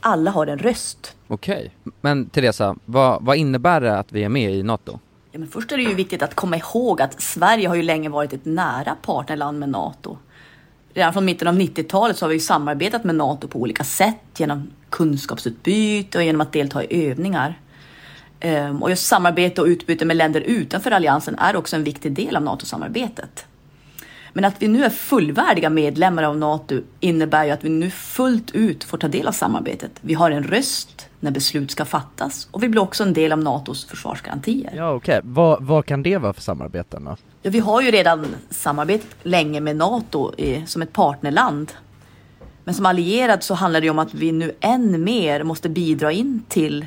Speaker 9: Alla har en röst.
Speaker 10: Okej. Men Teresa, vad, vad innebär det att vi är med i NATO?
Speaker 9: Ja, men först är det ju viktigt att komma ihåg att Sverige har ju länge varit ett nära partnerland med NATO. Redan från mitten av 90-talet så har vi ju samarbetat med NATO på olika sätt genom kunskapsutbyte och genom att delta i övningar. Ehm, Och just samarbete och utbyte med länder utanför alliansen är också en viktig del av NATO-samarbetet. Men att vi nu är fullvärdiga medlemmar av NATO innebär ju att vi nu fullt ut får ta del av samarbetet. Vi har en röst när beslut ska fattas och vi blir också en del av NATOs försvarsgarantier.
Speaker 3: Ja okej, vad, vad kan det vara för samarbeten då?
Speaker 9: Ja, vi har ju redan samarbetat länge med NATO eh, som ett partnerland. Men som allierad så handlar det ju om att vi nu än mer måste bidra in till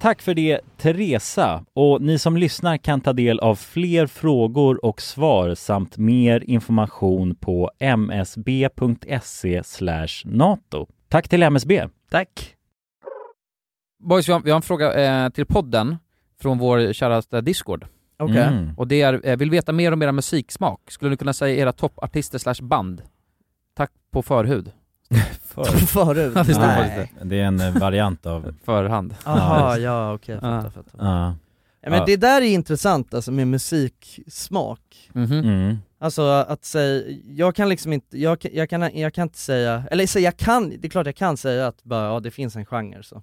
Speaker 2: Tack för det Teresa och ni som lyssnar kan ta del av fler frågor och svar samt mer information på msb.se E NATO. Tack till MSB.
Speaker 8: Tack.
Speaker 1: Boys, vi har, vi har en fråga eh, till podden från vår käraste Discord.
Speaker 3: Okej. *laughs* Mm.
Speaker 1: Och det är, eh, vill veta mer om era musiksmak. Skulle ni kunna säga era toppartister slash band? Tack på förhud.
Speaker 3: Förhud?
Speaker 1: *laughs* Ja, det står
Speaker 2: Nej.
Speaker 1: faktiskt det.
Speaker 2: *laughs* Det är en eh,
Speaker 3: *laughs*
Speaker 2: variant av...
Speaker 1: Förhand.
Speaker 3: Jaha,
Speaker 1: Ja.
Speaker 3: ja okej,
Speaker 1: Ja.
Speaker 3: fattar, fattar.
Speaker 2: Ja.
Speaker 3: Ja, men
Speaker 2: Ja.
Speaker 3: det där är intressant alltså med musiksmak.
Speaker 1: Mhm.
Speaker 2: Mm.
Speaker 3: Alltså att säga, jag kan liksom inte, jag, kan- jag, kan, jag kan inte säga, eller så jag kan, det är klart jag kan säga att bara, ja det finns en genre så.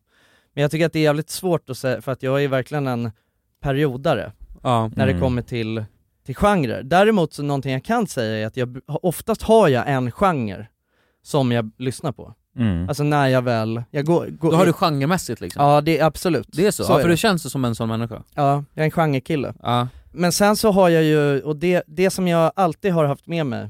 Speaker 3: Men jag tycker att det är jävligt svårt att säga, för att jag är verkligen en periodare
Speaker 1: Ja.
Speaker 3: när det
Speaker 1: Mm.
Speaker 3: kommer till, till genrer. Däremot så någonting jag kan säga är att jag, oftast har jag en genre som jag lyssnar på.
Speaker 1: Mm.
Speaker 3: Alltså när jag väl, jag går, går
Speaker 1: Då har du genremässigt liksom?
Speaker 3: Ja det är absolut.
Speaker 1: Det är så?
Speaker 3: Så
Speaker 1: ja,
Speaker 3: är
Speaker 1: för
Speaker 3: det.
Speaker 1: du känns som en sån människa?
Speaker 3: Ja, jag är en genrekille.
Speaker 1: Ja.
Speaker 3: Men sen så har jag ju, och det, det som jag alltid har haft med mig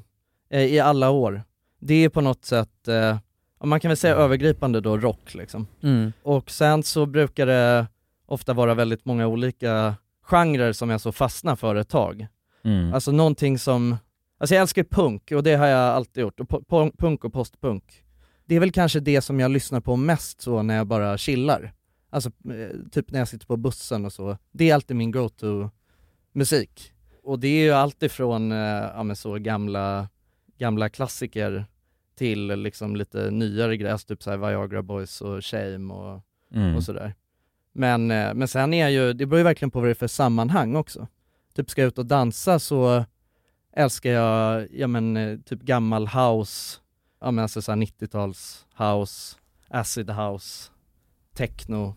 Speaker 3: eh, i alla år, det är på något sätt, eh, om man kan väl säga övergripande då, rock liksom.
Speaker 1: Mm.
Speaker 3: Och sen så brukar det ofta vara väldigt många olika genrer som jag så fastnar för ett tag.
Speaker 2: Mm.
Speaker 3: Alltså någonting som, alltså jag älskar punk och det har jag alltid gjort, och po- po- punk och postpunk. Det är väl kanske det som jag lyssnar på mest så när jag bara chillar. Alltså eh, typ när jag sitter på bussen och så. Det är alltid min go-to musik. Och det är ju alltifrån eh, ja, men så gamla, gamla klassiker till liksom lite nyare grejer, alltså typ så här Viagra Boys och Shame och,
Speaker 2: Mm.
Speaker 3: och sådär. Men, eh, men sen är jag ju, det beror ju verkligen på vad det är för sammanhang också. Typ ska jag ut och dansa så älskar jag, ja men eh, typ gammal house, ja men alltså såhär 90-tals house, acid house, techno,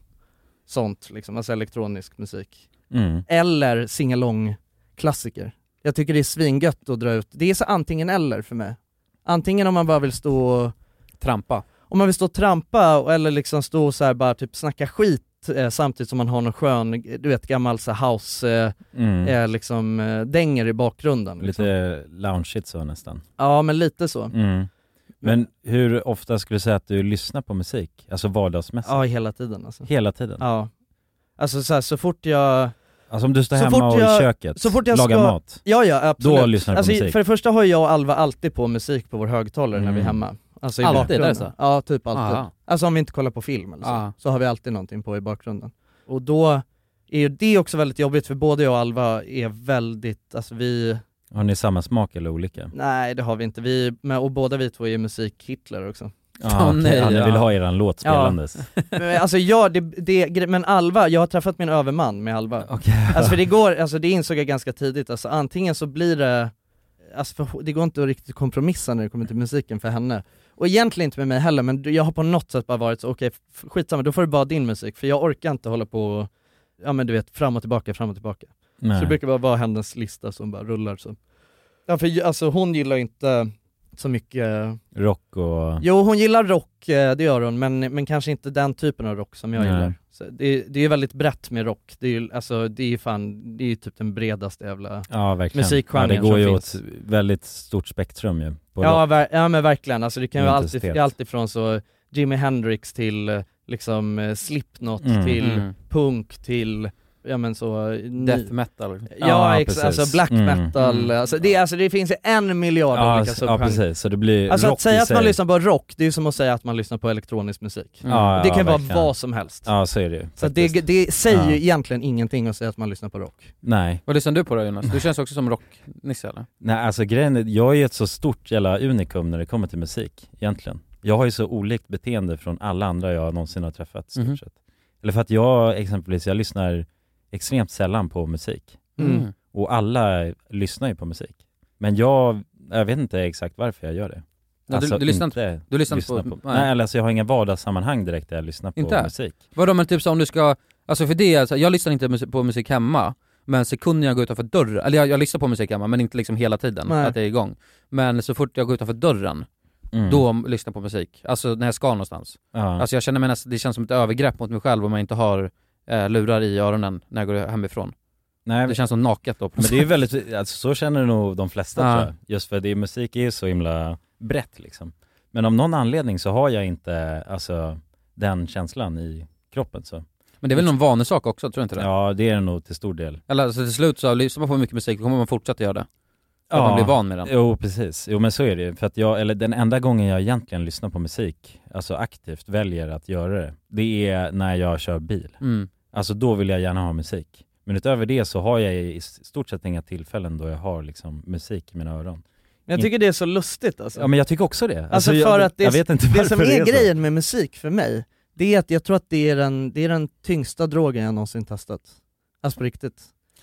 Speaker 3: sånt liksom, alltså elektronisk musik.
Speaker 2: Mm.
Speaker 3: Eller singalong klassiker. Jag tycker det är svingött att dra ut, det är så antingen eller för mig. Antingen om man bara vill stå och
Speaker 1: Trampa.
Speaker 3: om man vill stå och trampa och- eller liksom stå och så här bara typ snacka skit eh, samtidigt som man har någon skön, du vet gammal så här house, eh,
Speaker 2: Mm.
Speaker 3: eh, liksom eh, dänger i bakgrunden. Liksom.
Speaker 2: Lite loungeigt så nästan.
Speaker 3: Ja men lite så.
Speaker 2: Mm. Men hur ofta skulle du säga att du lyssnar på musik? Alltså vardagsmässigt?
Speaker 3: Ja hela tiden alltså.
Speaker 2: Hela tiden?
Speaker 3: Ja. Alltså så, här, så fort jag...
Speaker 2: Alltså om du står
Speaker 3: Så
Speaker 2: hemma
Speaker 3: fort
Speaker 2: och i
Speaker 3: jag-
Speaker 2: köket,
Speaker 3: så fort jag
Speaker 2: lagar
Speaker 3: ska-
Speaker 2: mat?
Speaker 3: Ja ja absolut.
Speaker 2: Då lyssnar du på
Speaker 3: alltså,
Speaker 2: musik?
Speaker 3: För det första har jag och Alva alltid på musik på vår högtalare när vi är
Speaker 2: Mm.
Speaker 3: hemma. Alltså i
Speaker 1: Alltid,
Speaker 3: bakgrunden.
Speaker 1: är det så?
Speaker 3: Ja typ alltid.
Speaker 1: Ah.
Speaker 3: Alltså om vi inte kollar på film eller så,
Speaker 1: Ah.
Speaker 3: så har vi alltid någonting på i bakgrunden. Och då är ju det också väldigt jobbigt för både jag och Alva är väldigt, alltså vi,
Speaker 2: Har ni samma smak
Speaker 3: *laughs*
Speaker 2: eller olika?
Speaker 3: nej det har vi inte, vi, men, och båda vi två är musik-Hitler
Speaker 1: *laughs*
Speaker 3: också.
Speaker 2: Ja, okej.
Speaker 1: nej,
Speaker 2: ja, ni
Speaker 1: ja.
Speaker 2: vill ha eran låt
Speaker 3: Ja.
Speaker 2: spelandes?
Speaker 3: *laughs* Men, alltså jag, det, det, men Alva, jag har träffat min överman med Alva. Alltså för det går, alltså det insåg jag ganska tidigt, alltså antingen så blir det, alltså för, det går inte att riktigt kompromissa när det kommer till musiken för henne. Och egentligen inte med mig heller, men jag har på något sätt bara varit så okej, f- skitsamma, då får du bara din musik, för jag orkar inte hålla på och, ja men du vet, fram och tillbaka, fram och tillbaka.
Speaker 2: Nej.
Speaker 3: Så det brukar bara vara hennes lista som bara rullar så. Ja för ju- alltså hon gillar inte så mycket
Speaker 2: Rock och...
Speaker 3: Jo, hon gillar rock, eh, det gör hon, men, men kanske inte den typen av rock som jag
Speaker 2: Nej.
Speaker 3: gillar. Så det, det är ju väldigt brett med rock, det är ju alltså, det är ju fan, det är ju typ den bredaste jävla...
Speaker 2: Ja verkligen.
Speaker 3: Musikgenren
Speaker 2: ja, det går
Speaker 3: som
Speaker 2: ju åt
Speaker 3: finns.
Speaker 2: väldigt stort spektrum ju. På
Speaker 3: Ja,
Speaker 2: rock.
Speaker 3: ver- ja men verkligen, alltså det kan ju
Speaker 2: Det är
Speaker 3: vara
Speaker 2: inte
Speaker 3: allt,
Speaker 2: stelt.
Speaker 3: allt ifrån så Jimi Hendrix till eh, liksom eh, Slipknot
Speaker 2: Mm.
Speaker 3: till
Speaker 1: Mm.
Speaker 3: punk till, ja men så... eh, ny-
Speaker 1: Death metal.
Speaker 3: Ja,
Speaker 2: Ja,
Speaker 3: ex-
Speaker 2: precis.
Speaker 3: alltså black
Speaker 2: Mm.
Speaker 3: metal,
Speaker 1: Mm.
Speaker 3: Alltså, det, alltså det finns ju en miljard
Speaker 2: ja,
Speaker 3: olika
Speaker 2: s- ja
Speaker 3: subgenrer.
Speaker 2: precis, så det blir
Speaker 3: Alltså
Speaker 2: rock
Speaker 3: att säga
Speaker 2: i
Speaker 3: att man
Speaker 2: sig.
Speaker 3: lyssnar på rock, det är ju som att säga att man lyssnar på elektronisk musik.
Speaker 2: Ja, ja,
Speaker 3: det kan vara
Speaker 2: verkligen.
Speaker 3: vad som helst.
Speaker 2: Ja så är det ju.
Speaker 3: Så att det,
Speaker 2: faktiskt.
Speaker 3: det säger
Speaker 2: Ja.
Speaker 3: ju egentligen ingenting att säga att man lyssnar på rock.
Speaker 2: Nej.
Speaker 1: Vad lyssnar du på då Jonas? Du känns också som rocknisse eller?
Speaker 2: Nej alltså grejen är, jag är ju ett så stort jävla unikum när det kommer till musik egentligen. Jag har ju så olikt beteende från alla andra jag någonsin har träffat i stort
Speaker 1: Mhm.
Speaker 2: sett. Eller för att jag exempelvis, jag lyssnar extremt sällan på musik.
Speaker 3: Mm.
Speaker 2: Och alla lyssnar ju på musik. Men jag, jag vet inte exakt varför jag gör det.
Speaker 1: du-
Speaker 2: Alltså
Speaker 1: du lyssnar
Speaker 2: inte,
Speaker 1: du lyssnar inte på-
Speaker 2: Nej,
Speaker 1: nej.
Speaker 2: eller alltså jag har inga vardagssammanhang direkt där jag lyssnar på
Speaker 1: Inte?
Speaker 2: musik.
Speaker 1: Vadå men typ så om du ska, alltså för det, är alltså, jag lyssnar inte musi- på musik hemma, men sekunden jag går utanför dörren, eller jag, jag lyssnar på musik hemma men inte liksom hela tiden,
Speaker 3: Nej.
Speaker 1: att jag är igång. Men så fort jag går utanför dörren,
Speaker 2: Mm.
Speaker 1: då m- lyssnar jag på musik. Alltså när jag ska någonstans.
Speaker 2: ja.
Speaker 1: Alltså jag känner mig nästan, det känns som ett övergrepp mot mig själv om jag inte har eh, lurar i öronen när jag går hemifrån.
Speaker 2: Nej,
Speaker 1: Det känns som naket då. på
Speaker 2: Men det är ju
Speaker 1: något sätt.
Speaker 2: väldigt, alltså, så känner nog de flesta
Speaker 1: Ja.
Speaker 2: tror jag. Just för det, musik är ju så himla brett liksom. Men av någon anledning så har jag inte, alltså, den känslan i kroppen så.
Speaker 1: men det är väl någon vanesak också, tror du inte det?
Speaker 2: Ja, det är det nog till stor del.
Speaker 1: Eller alltså, till slut så lyssnar man på mycket musik, då kommer man fortsätta göra det. För att man blir van med den.
Speaker 2: Jo, precis. Jo, men så är det ju. För att jag, eller den enda gången jag egentligen lyssnar på musik, alltså aktivt väljer att göra det, det är när jag kör bil.
Speaker 1: Mm.
Speaker 2: Alltså då vill jag gärna ha musik. Men utöver det så har jag i stort sett inga tillfällen då jag har liksom musik i mina öron.
Speaker 3: Men jag tycker det är så lustigt alltså.
Speaker 2: Ja men jag tycker också det.
Speaker 3: Alltså, för
Speaker 2: jag,
Speaker 3: att det,
Speaker 2: jag vet inte
Speaker 3: det
Speaker 2: varför
Speaker 3: som
Speaker 2: det
Speaker 3: är
Speaker 2: så.
Speaker 3: grejen med musik för mig, det är att jag tror att det är den, det är den tyngsta drogen jag någonsin testat. Alltså på riktigt.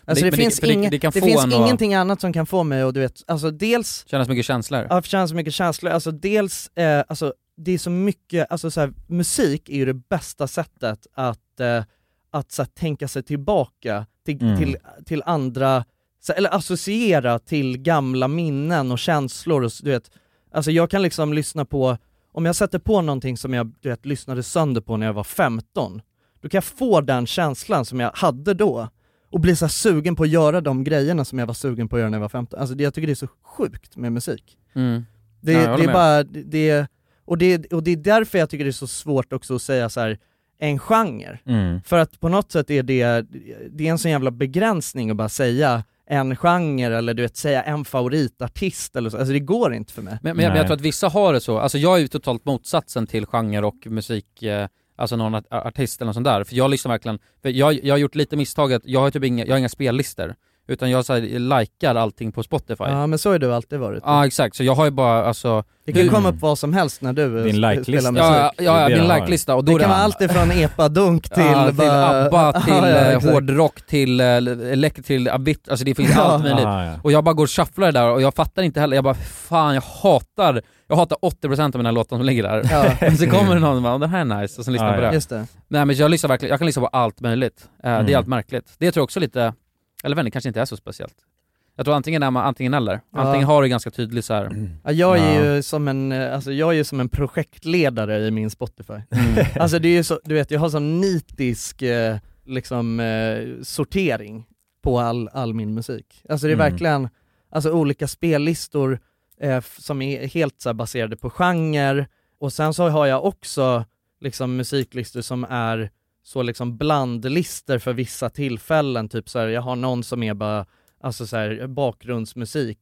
Speaker 3: Alltså
Speaker 1: det-
Speaker 3: det,
Speaker 1: men det-
Speaker 3: finns,
Speaker 1: för det-
Speaker 3: inga,
Speaker 1: det
Speaker 3: det
Speaker 1: kan få
Speaker 3: finns
Speaker 1: en att-
Speaker 3: ingenting annat som kan få mig att du vet, alltså dels
Speaker 1: Kännas mycket känslor.
Speaker 3: Ja, för känns så mycket känslor. Alltså dels, eh, alltså, det är så mycket, alltså så här, musik är ju det bästa sättet att, eh, att så här, tänka sig tillbaka till,
Speaker 2: Mm.
Speaker 3: till, till andra, så, eller associera till gamla minnen och känslor och s- du vet, alltså jag kan liksom lyssna på, om jag sätter på någonting som jag du vet, lyssnade sönder på när jag var 15, då kan jag få den känslan som jag hade då och bli så här sugen på att göra de grejerna som jag var sugen på att göra när jag var 15. Alltså det, jag tycker det är så sjukt med musik.
Speaker 1: Mm.
Speaker 3: Det,
Speaker 1: Ja, jag
Speaker 3: det
Speaker 1: håller
Speaker 3: är
Speaker 1: med.
Speaker 3: bara, det- det, och det, och det är därför jag tycker det är så svårt också att säga så här en genre.
Speaker 2: Mm.
Speaker 3: För att på något sätt är det, det är en sån jävla begränsning att bara säga en genre eller du vet säga en favoritartist eller så, alltså det går inte för mig.
Speaker 1: Men, men, jag, men
Speaker 2: Nej.
Speaker 1: jag tror att vissa har det så, alltså jag är ju totalt motsatsen till genre och musik, eh, alltså någon art- artist eller något sånt där. För jag lyssnar verkligen, för jag, jag har gjort lite misstaget, jag har typ inga, jag har inga spellistor. Utan jag så här, likar allting på Spotify.
Speaker 3: Ja men så har du alltid varit.
Speaker 1: Ja exakt, så jag har ju bara alltså...
Speaker 3: Det kan komma upp vad som helst när du
Speaker 1: Din
Speaker 3: sp-
Speaker 1: likelista.
Speaker 3: spelar musik.
Speaker 1: Ja, ja, ja, Det är det min han har. likelista och
Speaker 3: det
Speaker 1: då är
Speaker 3: kan
Speaker 1: det-
Speaker 3: vara allt ifrån epadunk till...
Speaker 1: ja, till
Speaker 3: bara-
Speaker 1: ABBA,
Speaker 3: *laughs*
Speaker 1: till
Speaker 3: Ja, ja,
Speaker 1: eh,
Speaker 3: exakt.
Speaker 1: hårdrock, till eh, elekt- till Abit, alltså det finns
Speaker 3: *laughs* Ja.
Speaker 1: allt möjligt.
Speaker 2: Ah,
Speaker 3: Ja, ja.
Speaker 1: Och jag bara går och shufflar det där och jag fattar inte heller, jag bara fan jag hatar, jag hatar 80% av mina låtar som ligger där.
Speaker 3: Ja.
Speaker 1: Men *laughs* så
Speaker 2: Mm.
Speaker 1: kommer det någon och bara, "Åh, det här är nice, och sen lyssnar jag
Speaker 3: Ja,
Speaker 1: på
Speaker 3: ja.
Speaker 1: det.
Speaker 3: Just det.
Speaker 1: Nej men jag lyssnar verkligen, jag kan lyssna på allt möjligt. Eh, Det
Speaker 3: Mm.
Speaker 1: är allt märkligt. Det tror jag också lite, eller vänner kanske inte är så speciellt. Jag tror antingen är man antingen eller.
Speaker 3: Ja.
Speaker 1: Antingen har du ganska tydlig så här.
Speaker 3: Ja, jag är ju som en, eh, alltså jag är ju som en projektledare i min Spotify.
Speaker 2: Mm.
Speaker 3: *laughs* Alltså det är ju så, du vet jag har sån nitisk eh, liksom eh, sortering på all, all min musik. Alltså det är
Speaker 1: Mm.
Speaker 3: verkligen, alltså olika spellistor eh, f- som är helt så här, baserade på genre och sen så har jag också liksom musiklistor som är så liksom blandlistor för vissa tillfällen, typ så här, jag har någon som är bara, alltså så här, bakgrundsmusik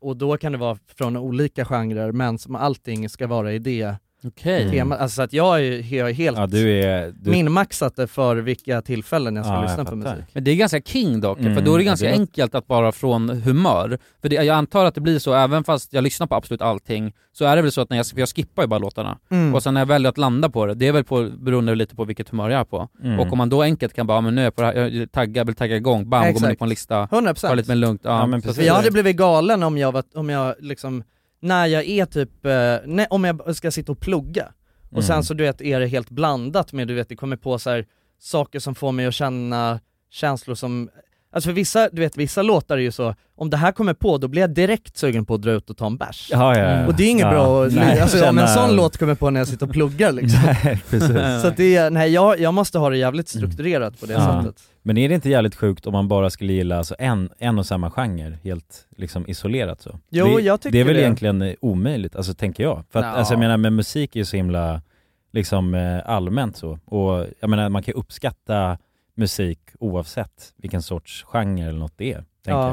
Speaker 3: och då kan det vara från olika genrer men som allting ska vara i det
Speaker 1: Okej.
Speaker 3: temat. Alltså så att jag är ju- jag är helt
Speaker 2: Ja, du är... Du... Ah,
Speaker 3: minmaxat det för vilka tillfällen jag ska
Speaker 1: Ja, jag
Speaker 3: lyssna på
Speaker 1: fattar.
Speaker 3: musik.
Speaker 1: Men det är ganska king dock,
Speaker 2: Mm,
Speaker 1: för då är det
Speaker 2: ja,
Speaker 1: ganska
Speaker 2: det är-
Speaker 1: enkelt att bara från humör. För det, jag antar att det blir så, även fast jag lyssnar på absolut allting, så är det väl så att när jag, för jag skippar ju bara låtarna.
Speaker 3: Mm.
Speaker 1: Och sen när jag väljer att landa på det, det är väl på, beroende lite på vilket humör jag är på.
Speaker 2: Mm.
Speaker 1: Och om man då enkelt kan bara, ja, men nu är jag på det här, jag taggar, vill tagga igång, bam, går man
Speaker 3: Exakt.
Speaker 1: ut på en lista,
Speaker 3: 100%.
Speaker 1: tar lite mer lugnt. Ja,
Speaker 2: men
Speaker 1: så att-
Speaker 3: För jag hade blivit galen om jag, var, om jag liksom, när jag är typ, eh, nej, om jag ska sitta och plugga och
Speaker 1: Mm.
Speaker 3: sen så du vet är det helt blandat med, du vet det kommer på så här, saker som får mig att känna känslor som Alltså för vissa, du vet vissa låtar är ju så, om det här kommer på då blir jag direkt sugen på att dra ut och ta en bärs.
Speaker 2: Mm. Ja, ja, ja.
Speaker 3: Och det är inget
Speaker 2: Ja.
Speaker 3: bra att,
Speaker 2: Nej,
Speaker 3: alltså om en
Speaker 2: känna-
Speaker 3: sån låt kommer på när jag sitter och pluggar liksom.
Speaker 2: *laughs* Nej, precis.
Speaker 3: så att det är, nej jag, jag måste ha det jävligt strukturerat på det
Speaker 2: Ja.
Speaker 3: sättet.
Speaker 2: Men är det inte jävligt sjukt om man bara skulle gilla alltså en, en och samma genre helt liksom isolerat så?
Speaker 3: Jo,
Speaker 2: det,
Speaker 3: jag tycker
Speaker 2: det. är väl
Speaker 3: det.
Speaker 2: egentligen eh, omöjligt, alltså tänker jag. För att,
Speaker 3: Nja.
Speaker 2: alltså jag menar, men musik är ju så himla liksom eh, allmänt så. Och jag menar, man kan ju uppskatta musik oavsett vilken sorts genre eller något det är, tänker
Speaker 3: Ja.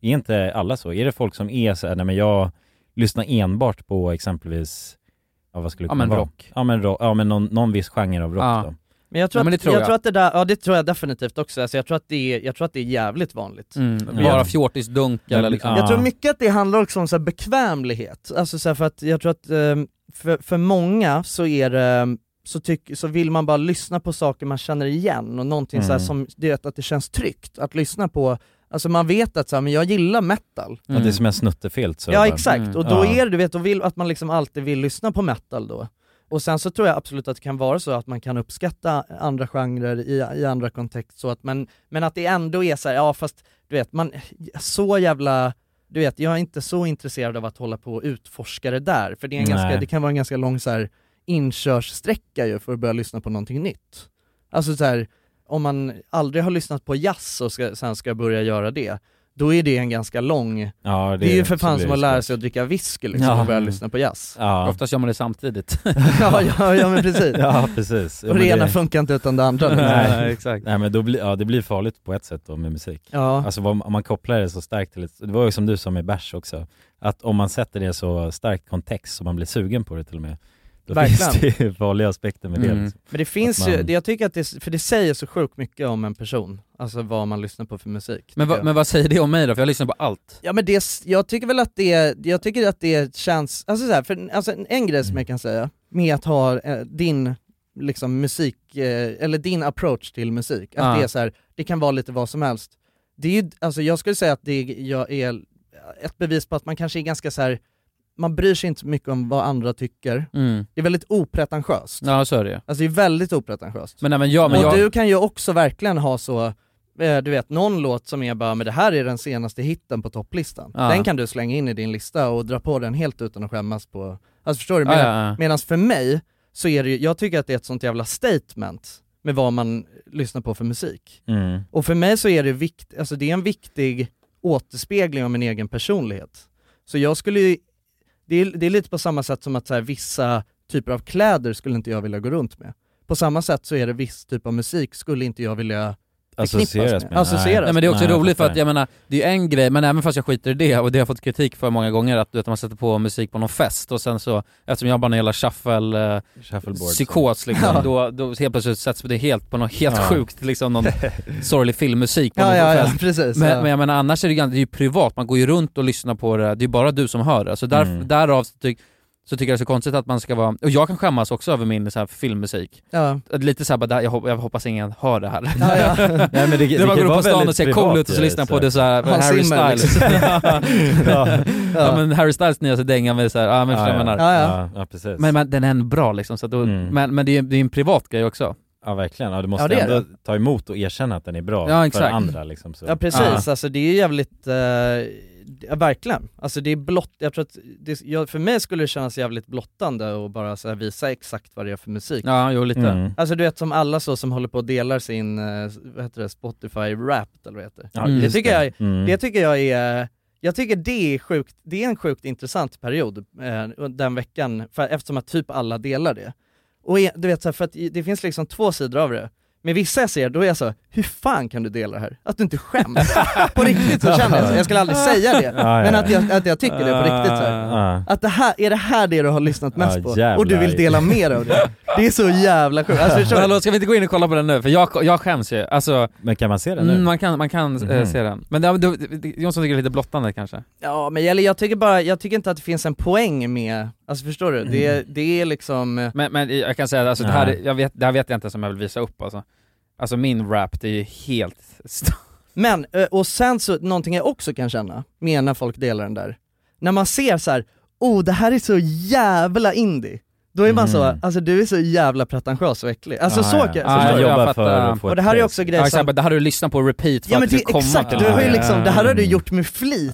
Speaker 2: jag. Är inte alla så? Är det folk som är så här, nej men jag lyssnar enbart på exempelvis, ja vad skulle det
Speaker 1: Ja,
Speaker 2: kunna
Speaker 1: men
Speaker 2: vara?
Speaker 1: rock.
Speaker 2: Ja men rock. Ja men någon, någon viss genre av rock
Speaker 1: Ja.
Speaker 2: då.
Speaker 3: Men jag tror,
Speaker 1: Ja, men
Speaker 3: att,
Speaker 1: det tror
Speaker 3: jag.
Speaker 1: jag.
Speaker 3: tror att det där, ja det tror jag definitivt också, alltså jag tror att det är, jag tror att det är jävligt vanligt.
Speaker 1: Mm,
Speaker 2: Ja.
Speaker 1: bara fjortisdunk eller liksom.
Speaker 3: Jag tror mycket att det handlar också om så här bekvämlighet, alltså så här för att jag tror att ehm, för, för många så är det, ehm, så, tyck, så vill man bara lyssna på saker man känner igen och någonting så här
Speaker 2: Mm.
Speaker 3: som, du vet att det känns tryggt att lyssna på, alltså man vet att så här, men jag gillar metal.
Speaker 1: Mm.
Speaker 2: Ja, det är som en snuttefilt så
Speaker 3: Ja
Speaker 2: bara- mm,
Speaker 3: exakt, och då
Speaker 2: Ja.
Speaker 3: är det, du vet, då vill, att man liksom alltid vill lyssna på metal då. Och sen så tror jag absolut att det kan vara så att man kan uppskatta andra genrer i, i andra kontext så att men, men att det ändå är så här, ja fast du vet, man, så jävla, du vet, jag är inte så intresserad av att hålla på och utforska det där, för det, är en
Speaker 2: Nej.
Speaker 3: ganska, det kan vara en ganska lång så här, inkörssträcka ju för att börja lyssna på någonting nytt. Alltså så här, om man aldrig har lyssnat på jazz och ska, sen ska börja göra det, då är det en ganska lång
Speaker 2: Ja,
Speaker 3: det, är ju för
Speaker 1: så
Speaker 3: fan
Speaker 1: blir
Speaker 3: som
Speaker 1: det
Speaker 3: att lära
Speaker 1: svårt.
Speaker 3: sig att dricka whisky liksom och börja lyssna på jazz.
Speaker 2: Ja.
Speaker 1: Oftast gör man det samtidigt.
Speaker 3: *laughs* ja, ja, ja men precis.
Speaker 2: *laughs* Ja, precis. Ja,
Speaker 3: Och
Speaker 2: men
Speaker 3: det ena
Speaker 2: det-
Speaker 3: funkar inte utan det andra. liksom.
Speaker 2: Nej, exakt. Nej men då blir, ja, det blir farligt på ett sätt då med musik.
Speaker 3: Ja.
Speaker 2: Alltså vad- om man kopplar det så starkt till, ett- det var ju som du sa med bärs också, att om man sätter det i så stark kontext så man blir sugen på det till och med, då
Speaker 3: Verkligen.
Speaker 2: finns det ju farliga aspekter med det.
Speaker 1: Mm.
Speaker 2: Liksom.
Speaker 3: Men det finns
Speaker 2: Att man-
Speaker 3: ju, det, jag tycker att det, för det säger så sjukt mycket om en person, alltså vad man lyssnar på för musik.
Speaker 1: Men,
Speaker 3: tycker
Speaker 1: vad-
Speaker 3: jag.
Speaker 1: men vad säger det om mig då? För jag lyssnar på allt.
Speaker 3: Ja men det, jag tycker väl att det, jag tycker att det känns, alltså så här, för alltså en, en grej som jag kan säga med att ha eh, din liksom musik, eh, eller din approach till musik, att
Speaker 1: Ah.
Speaker 3: det är så här, det kan vara lite vad som helst. Det är ju, alltså jag skulle säga att det är- jag är ett bevis på att man kanske är ganska så här man bryr sig inte så mycket om vad andra tycker.
Speaker 1: Mm.
Speaker 3: Det är väldigt opretentiöst.
Speaker 1: Ja så är det ju.
Speaker 3: Alltså det är väldigt opretentiöst.
Speaker 1: Men nej men jag, men
Speaker 3: och
Speaker 1: jag...
Speaker 3: du kan ju också verkligen ha så, eh, du vet någon låt som är bara, men det här är den senaste hitten på topplistan.
Speaker 1: Ja.
Speaker 3: Den kan du slänga in i din lista och dra på den helt utan att skämmas på, alltså förstår du?
Speaker 1: Ja,
Speaker 3: Medan,
Speaker 1: ja, ja.
Speaker 3: medans för mig så är det ju, jag tycker att det är ett sånt jävla statement med vad man lyssnar på för musik.
Speaker 2: Mm.
Speaker 3: Och för mig så är det, vikt, alltså det är en viktig återspegling av min egen personlighet. Så jag skulle ju, det är, det är lite på samma sätt som att så här, vissa typer av kläder skulle inte jag vilja gå runt med. På samma sätt så är det viss typ av musik skulle inte jag vilja
Speaker 1: förknippas
Speaker 2: Associeras med. Associeras.
Speaker 1: Nej men det är också
Speaker 2: Nej, jag
Speaker 1: roligt för
Speaker 2: fattar.
Speaker 1: att jag menar, det är ju en grej, men även fast jag skiter i det och det har jag fått kritik för många gånger att du vet, man sätter på musik på någon fest och sen så, eftersom jag bara har hela shuffle, eh,
Speaker 2: Shuffleboard,
Speaker 1: psykos
Speaker 2: så.
Speaker 1: liksom,
Speaker 2: *laughs* Ja.
Speaker 1: då, då helt plötsligt sätts det helt på något helt
Speaker 2: Ja.
Speaker 1: sjukt, liksom
Speaker 2: *laughs*
Speaker 1: någon sorglig filmmusik på
Speaker 3: Ja,
Speaker 1: någon
Speaker 3: ja, ja,
Speaker 1: fest.
Speaker 3: precis,
Speaker 1: men,
Speaker 3: ja.
Speaker 1: men jag menar annars är det, ju gan- det är ju privat, man går ju runt och lyssnar på det, det är bara du som hör det. Så där,
Speaker 3: Mm.
Speaker 1: därav så, tyck, så tycker jag det är så konstigt att man ska vara, och jag kan skämmas också över min så här, filmmusik.
Speaker 3: Ja.
Speaker 1: Lite såhär bara, där- jag, hop- jag hoppas ingen hör det här.
Speaker 3: Ja,
Speaker 1: *laughs*
Speaker 3: ja. Nej, men det- det
Speaker 1: du
Speaker 3: kan
Speaker 1: bara går upp
Speaker 3: vara
Speaker 1: på stan och
Speaker 3: väldigt
Speaker 1: ser
Speaker 3: privat
Speaker 1: cool ut och så
Speaker 3: ju,
Speaker 1: lyssnar på
Speaker 3: så.
Speaker 1: det såhär,
Speaker 3: Hans
Speaker 1: Harry
Speaker 3: Zimmer,
Speaker 1: Styles.
Speaker 3: liksom.
Speaker 1: *laughs* ja.
Speaker 3: Ja.
Speaker 1: men Harry Styles nya så dänga med såhär, ja men förstår
Speaker 2: Ja,
Speaker 1: jag
Speaker 2: ja.
Speaker 1: menar.
Speaker 2: Ja, ja. Ja, precis.
Speaker 1: Men, men den är ändå bra liksom, så att då,
Speaker 3: Mm.
Speaker 1: men, men det är ju det är en privat grej också.
Speaker 2: Ja verkligen, ja, du
Speaker 1: Ja,
Speaker 2: måste
Speaker 1: det är
Speaker 2: ändå ta emot och erkänna att den är bra
Speaker 1: Ja,
Speaker 2: för
Speaker 1: exakt.
Speaker 2: andra liksom så.
Speaker 3: Ja precis, alltså det är ju jävligt, eh, ja, verkligen. Alltså det är blott, jag tror att, det, jag, för mig skulle det kännas jävligt blottande att bara så här, visa exakt vad det är för musik.
Speaker 1: Ja, jo, lite. Mm.
Speaker 3: Alltså du vet som alla så som håller på och delar sin, eh, vad heter det, Spotify Wrapped eller vad heter det?
Speaker 2: Ja, Mm.
Speaker 3: det,
Speaker 2: just
Speaker 3: tycker
Speaker 2: det.
Speaker 3: Jag,
Speaker 2: Mm.
Speaker 3: det tycker jag är, jag tycker det är sjukt, det är en sjukt intressant period eh, den veckan, för, eftersom att typ alla delar det. Och är- du vet så här, för att i- det finns liksom två sidor av det. Med vissa jag ser, då är jag så här, hur fan kan du dela det här? Att du inte
Speaker 1: *laughs*
Speaker 3: skäms! *laughs* på riktigt så känner jag så, jag skulle aldrig säga det,
Speaker 2: Ja, ja,
Speaker 3: men
Speaker 2: ja.
Speaker 3: att jag, att jag tycker det på riktigt så här.
Speaker 2: Ja.
Speaker 3: Att det här, är det här det du har lyssnat mest
Speaker 1: Ja,
Speaker 3: på?
Speaker 1: jävlar.
Speaker 3: Och du vill dela mer av det? Det är så jävla sjukt, alltså, förstår du?
Speaker 1: Men hallå, ska vi inte gå in och kolla på den nu? För jag, jag skäms ju. Alltså,
Speaker 2: men kan man se
Speaker 3: den nu?
Speaker 1: Man kan, man kan eh,
Speaker 3: Mhm.
Speaker 1: se den. Men det, det, det, Jonsson tycker det är lite blottande kanske.
Speaker 3: Ja men jag, jag tycker bara, jag tycker inte att det finns en poäng med, alltså förstår du? Det,
Speaker 1: Mm.
Speaker 3: det är liksom...
Speaker 1: Men, men jag kan säga, alltså, det, här,
Speaker 3: Nej.
Speaker 1: jag vet, det här vet jag inte ens om jag vill visa upp alltså. Alltså min rap, det är ju helt... st-
Speaker 3: Men, eh, och sen så, någonting jag också kan känna, med när folk delar den där, när man ser så här, oh det här är så jävla indie, då är man så,
Speaker 1: Mm. Ah,
Speaker 3: alltså du är så jävla pretentiös och äcklig. Alltså så kan jag, förstår
Speaker 1: jag
Speaker 3: du?
Speaker 1: jobbar för att få
Speaker 3: Och
Speaker 1: ett
Speaker 3: det här är
Speaker 1: pris.
Speaker 3: också grejer
Speaker 1: ja,
Speaker 3: som
Speaker 1: exakt, men Det här har du lyssnat på repeat för
Speaker 3: Ja men
Speaker 1: att du
Speaker 3: det
Speaker 1: ska
Speaker 3: är
Speaker 1: komma
Speaker 3: exakt,
Speaker 1: till
Speaker 3: du har ju
Speaker 1: här.
Speaker 3: liksom, det här har du gjort med flit.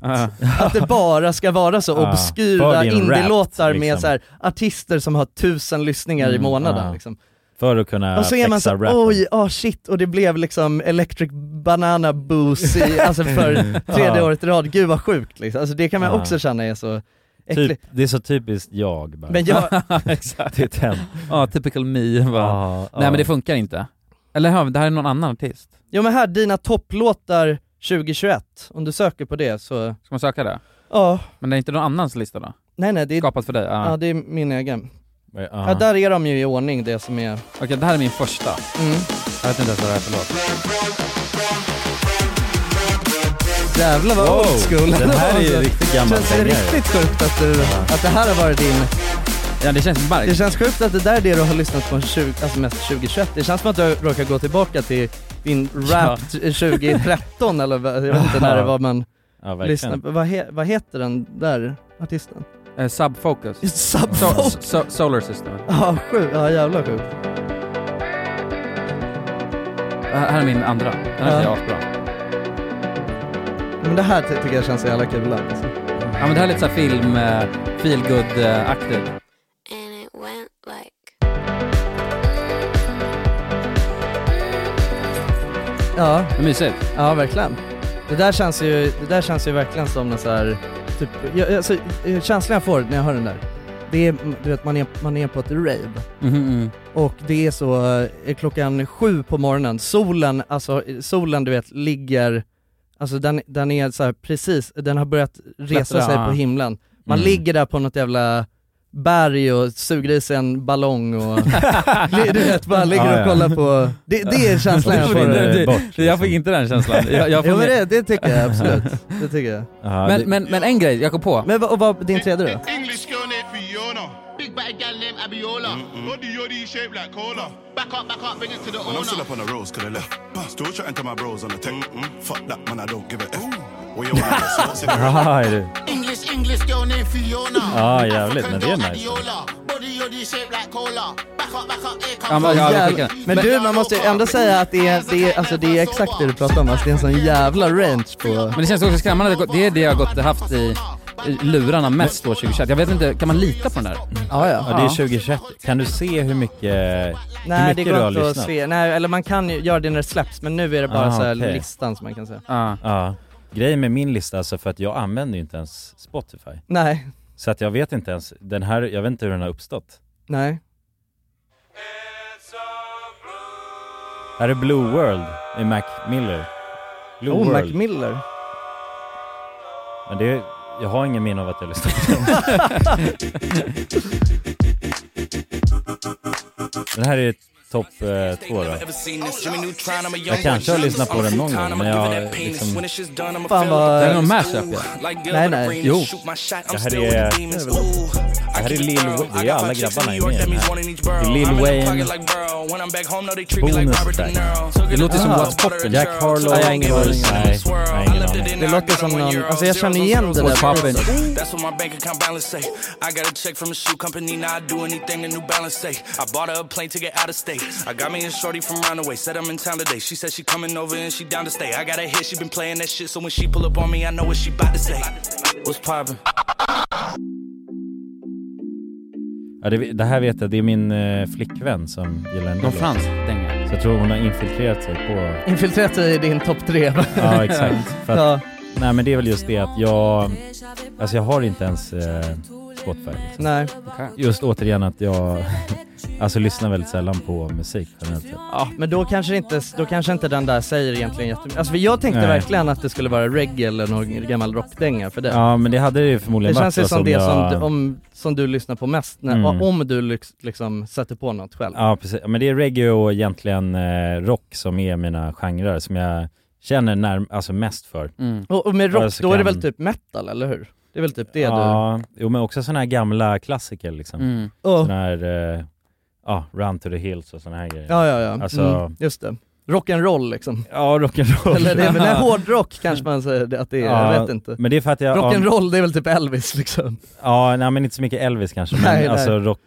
Speaker 3: Att det bara ska vara så
Speaker 1: Ja.
Speaker 3: obskyra
Speaker 1: Ah. För din
Speaker 3: indie-låtar
Speaker 1: rap, liksom. ah.
Speaker 3: med så här, artister som har tusen lyssningar i
Speaker 2: Mm,
Speaker 3: månaden
Speaker 2: ja.
Speaker 3: liksom.
Speaker 2: För att kunna
Speaker 3: Och så är man
Speaker 2: flexa
Speaker 3: så här,
Speaker 2: rappen.
Speaker 3: oj, ah shit, och det blev liksom Electric Banana
Speaker 1: *laughs*
Speaker 3: Boozy, alltså för tredje
Speaker 2: Ja.
Speaker 3: året i rad, gud vad sjukt liksom. Alltså det kan man
Speaker 2: Ja.
Speaker 3: också känna är så
Speaker 2: Typ,
Speaker 3: äckligt.
Speaker 2: det är så typiskt jag bara.
Speaker 3: Men jag-
Speaker 1: *laughs* Exakt.
Speaker 2: *laughs* Det är den.
Speaker 1: Ja, typical me. Va? Nej
Speaker 2: ja.
Speaker 1: men det funkar inte. Eller hur, det här är någon annan artist.
Speaker 3: Jo men här, dina topplåtar 2021, om du söker på det så...
Speaker 1: Ska man söka det?
Speaker 3: Ja,
Speaker 1: Men det är inte någon annans lista då?
Speaker 3: nej nej, det är,
Speaker 1: Skapat för dig? Ja.
Speaker 3: ja, det är min egen.
Speaker 1: Ja.
Speaker 3: Ja, där är de ju i ordning det som är...
Speaker 1: Okej, det här är min första.
Speaker 3: Mm.
Speaker 1: Jag vet inte ens vad det är för låt.
Speaker 3: Jävlar vad
Speaker 1: Wow,
Speaker 3: old school
Speaker 1: den här är ju riktigt gammal
Speaker 3: Känns *laughs* det
Speaker 1: dänga ju.
Speaker 3: riktigt sjukt att, du, att det här har varit din...
Speaker 1: Ja det känns märkt.
Speaker 3: Det känns sjukt att det där är det du har lyssnat på 20, alltså mest 2021. Det känns som att du råkar gå tillbaka till din rap t- 2013 eller vad- jag vet inte när det var man
Speaker 1: Ja, verkligen.
Speaker 3: lyssnade på. Vad, he, vad heter den där artisten?
Speaker 1: Eh, Subfocus.
Speaker 3: Subfocus.
Speaker 1: So, so, solar System. Eh,
Speaker 3: Ja, sjukt. Ja, jävla sjukt.
Speaker 1: Det här är min andra. Den här
Speaker 3: Ja.
Speaker 1: tycker jag är asbra.
Speaker 3: Men det här ty- tycker jag känns så jävla kul alltså.
Speaker 1: Ja men det här är lite såhär film, uh, feel good eh, aktigt
Speaker 3: Ja.
Speaker 1: Mysigt.
Speaker 3: Ja, verkligen. Det där känns ju, det där känns ju verkligen som en så här, typ, jag, alltså, eh, känslan jag får när jag hör den där, det är, mm, du vet man är, man är på ett rave.
Speaker 1: Mhm,
Speaker 3: Och det är så, eh, klockan sju på morgonen, solen, alltså eh, solen du vet ligger, alltså den, den är så här precis, den har börjat resa
Speaker 1: Klättra,
Speaker 3: sig
Speaker 1: ja.
Speaker 3: på himlen. Man
Speaker 1: Mm.
Speaker 3: ligger där på något jävla berg och suger i sig en ballong och du, du vet bara
Speaker 1: Ja,
Speaker 3: ligger
Speaker 1: ja.
Speaker 3: och kollar på, det, det är känslan jag får.
Speaker 1: Det- det- Jag fick inte den känslan. eh, Jag, jag
Speaker 3: *laughs*
Speaker 1: får
Speaker 3: jo men
Speaker 1: mer-
Speaker 3: det, det tycker jag absolut, det tycker jag.
Speaker 1: men, men, men en grej, jag kom på.
Speaker 3: Men vad, och vad din tredje då?
Speaker 11: English girl named Fiona. Big bad gal named Abiola. Body yoddy shaped like cola. Back up, back up, bring it to the
Speaker 12: When I'm
Speaker 11: owner.
Speaker 12: still up on the roads, cause I left. Still chatting to my bros on the tech. Mm, Fuck that, man, I don't give a F. What you want? it's not cigarette.
Speaker 2: Ja, är det-
Speaker 11: English, English girl named Fiona.
Speaker 2: Ja, Ah, jävligt, men det är
Speaker 11: African girl
Speaker 2: nice.
Speaker 11: Abiola. Body yoddy shaped like cola. Back up, back up, here
Speaker 1: Ja,
Speaker 11: comes
Speaker 1: men- ja,
Speaker 11: Fiona.
Speaker 1: jag
Speaker 3: Jävlar. Men du, man måste ju ändå säga att det är, det är, alltså det är exakt det du pratar om, alltså det är en sån jävla range på...
Speaker 1: Men det känns också skrämmande, att det är det jag har gått, haft i i lurarna mest år 2021. Jag vet inte, kan man lita på den där?
Speaker 3: Ja,
Speaker 2: Ja, det är 2021. Kan du se hur mycket, hur
Speaker 3: Nej det
Speaker 2: mycket du
Speaker 3: går
Speaker 2: har
Speaker 3: inte
Speaker 2: lyssnat?
Speaker 3: att se, nej eller man kan ju göra det när det släpps men nu är det bara
Speaker 2: Ah,
Speaker 3: så här
Speaker 2: okej.
Speaker 3: listan som man kan säga.
Speaker 1: Ja.
Speaker 2: Grejen med min lista, alltså för att jag använder ju inte ens Spotify.
Speaker 3: Nej.
Speaker 2: Så att jag vet inte ens, den här, jag vet inte hur den har uppstått.
Speaker 3: Nej.
Speaker 2: Här är Blue World i Mac Miller. Blue
Speaker 3: oh,
Speaker 2: World.
Speaker 3: Mac Miller.
Speaker 2: Men det, jag har ingen minne av att jag lyssnade på den. *laughs* den här är topp eh, två då. Jag kanske har lyssnat på den någon gång, men jag liksom...
Speaker 3: Fan vad...
Speaker 2: Det här är någon mashup ja.
Speaker 3: Nej nej.
Speaker 2: Jo. Det här är... Det här är Lil Wayne, det är alla grabbarna i med i den här. Det är Lil Wayne, Bonus Track.
Speaker 1: Det låter som
Speaker 3: Ah.
Speaker 1: What's Poppin'.
Speaker 2: Jack Harlow.
Speaker 3: Nej, jag har ingen aning.
Speaker 2: Nej, jag har ingen aning.
Speaker 3: Det låter som någon, alltså jag känner igen det där.
Speaker 2: What's poppin'?
Speaker 13: That's what my bank account balance say. I got a check from a shoe company, now I do anything a New Balance say. I bought her a plane to get out of state. I got me a shorty from Runaway, said I'm in town today. She said she coming over and she down to stay. I got a hit, she been playing that shit, so when she pull up on me, I know what she about to say. What's poppin'?
Speaker 2: Ja, det, det här vet jag, det är min eh, flickvän som gillar den
Speaker 1: Någon
Speaker 2: låten.
Speaker 1: fransk dänga.
Speaker 2: Så jag tror hon har infiltrerat
Speaker 3: *laughs*
Speaker 2: sig på...
Speaker 3: Infiltrerat i din topp
Speaker 2: *laughs*
Speaker 3: tre.
Speaker 2: Ja, exakt. För att, Nej men det är väl just det att jag... Alltså jag har inte ens eh, Spotify. Liksom.
Speaker 3: Nej.
Speaker 2: Just återigen att jag... *laughs* Alltså lyssnar väldigt sällan på musik generellt sett.
Speaker 3: Ja, men då kanske, inte, då kanske inte den där säger egentligen jättemycket. Alltså för jag tänkte
Speaker 2: Nej.
Speaker 3: verkligen att det skulle vara reggae eller någon gammal rockdänga för det.
Speaker 2: Ja men det hade det ju förmodligen
Speaker 3: det
Speaker 2: varit
Speaker 3: känns ju
Speaker 2: då
Speaker 3: som det
Speaker 2: jag...
Speaker 3: som, du, om, som du lyssnar på mest, när,
Speaker 2: Mm.
Speaker 3: om du lyx, liksom sätter på något själv.
Speaker 2: Ja precis, men det är reggae och egentligen eh, rock som är mina genrer som jag känner närm- alltså mest för.
Speaker 1: Mm.
Speaker 3: Och, och med
Speaker 2: Ja,
Speaker 3: rock,
Speaker 2: så
Speaker 3: då är det
Speaker 2: kan-
Speaker 3: väl typ metal, eller hur? Det är väl typ det du...
Speaker 2: Ja, jo men också sådana här gamla klassiker liksom.
Speaker 3: Mm. Ja.
Speaker 2: Sådana här, eh, ja, Run to the Hills och sådana här grejer.
Speaker 3: Ja, ja, ja.
Speaker 2: Alltså,
Speaker 3: Mm, just det. Rock'n'roll
Speaker 2: *laughs*
Speaker 3: liksom.
Speaker 2: Ja, rock'n'roll.
Speaker 3: Eller det är
Speaker 2: *laughs*
Speaker 3: väl nej, hårdrock kanske man säger det- att det är, jag
Speaker 2: Ja,
Speaker 3: vet inte.
Speaker 2: men det är för att jag-
Speaker 3: Rock'n'roll, det är väl typ Elvis liksom.
Speaker 2: ja, nej men inte så mycket Elvis kanske, men
Speaker 3: Nej, nej.
Speaker 2: alltså rock,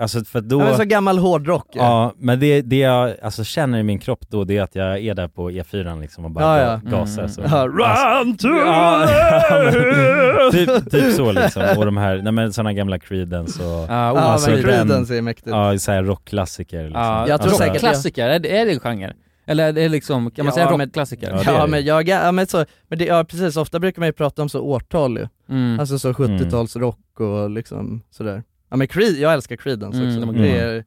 Speaker 2: alltså för då...
Speaker 3: Ja, men så gammal hårdrock. ja.
Speaker 2: Ja, men det, det jag alltså, känner i min kropp då, det är att jag är där på E4 liksom och bara
Speaker 3: Ja,
Speaker 2: ga-
Speaker 3: ja.
Speaker 2: gasar.
Speaker 3: Mm.
Speaker 2: Så. Alltså,
Speaker 3: Ja, run to
Speaker 2: Ja, *laughs*
Speaker 3: the
Speaker 2: men typ,
Speaker 3: hills!
Speaker 2: typ
Speaker 3: *laughs*
Speaker 2: så liksom, och de här, nej men sådana gamla Creedence och...
Speaker 1: Ja, oh, men Creedence
Speaker 3: är mäktigt.
Speaker 2: Ja, såhär rockklassiker liksom.
Speaker 1: Ja, jag tror säkert Klassiker, är det, är det en genre? Eller är det liksom, kan man säga
Speaker 3: men-
Speaker 1: rockklassiker?
Speaker 3: Ja, men, jag, ja, men, så, men det, ja, precis, ofta brukar man ju prata om så årtal ju.
Speaker 1: Mm.
Speaker 3: Alltså så 70-talsrock och liksom sådär. Ja men Creed, jag älskar Creedence
Speaker 1: Mm,
Speaker 3: också.
Speaker 1: de är
Speaker 3: det
Speaker 1: grymma.
Speaker 3: är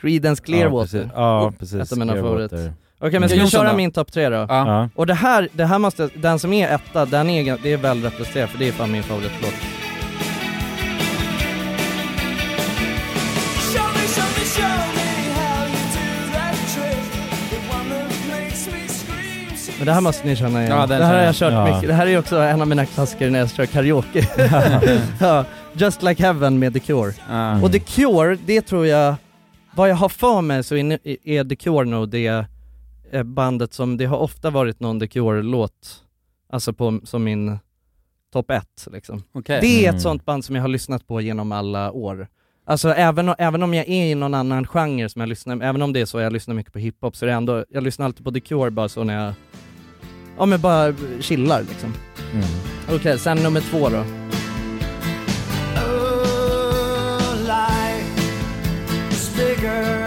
Speaker 3: Creedence
Speaker 2: Ja,
Speaker 3: Clearwater.
Speaker 2: precis. Ja, precis,
Speaker 3: Oh, Ett av mina
Speaker 2: Clearwater.
Speaker 3: favorit. Okej
Speaker 2: Mm.
Speaker 3: men ska vi
Speaker 2: Jonsson
Speaker 3: köra
Speaker 2: då?
Speaker 3: min topp tre då?
Speaker 2: Ja.
Speaker 3: Och det här, det här måste, jag- den som är etta, den är, det är väl representerad för det är fan min favoritlåt. Men det här måste ni känna igen.
Speaker 1: Ja, den
Speaker 3: det här har jag kört
Speaker 1: känner jag. Ja.
Speaker 3: mycket. Det här är också en av mina klassiker när jag kör karaoke. *laughs* ja, Just Like Heaven med The Cure. Och The Cure, det tror jag, vad jag har för mig så är, ni- är The Cure nog det eh, bandet som, det har ofta varit någon The Cure-låt, alltså på, som min topp ett liksom.
Speaker 1: Okej.
Speaker 3: Det är ett
Speaker 1: Mm.
Speaker 3: sånt band som jag har lyssnat på genom alla år. Alltså även, o- även om jag är i någon annan genre som jag lyssnar, även om det är så jag lyssnar mycket på hiphop så är det ändå, jag lyssnar alltid på The Cure bara så när jag, ja men bara chillar liksom.
Speaker 2: Mm.
Speaker 3: Okej, sen nummer två då.
Speaker 1: Men-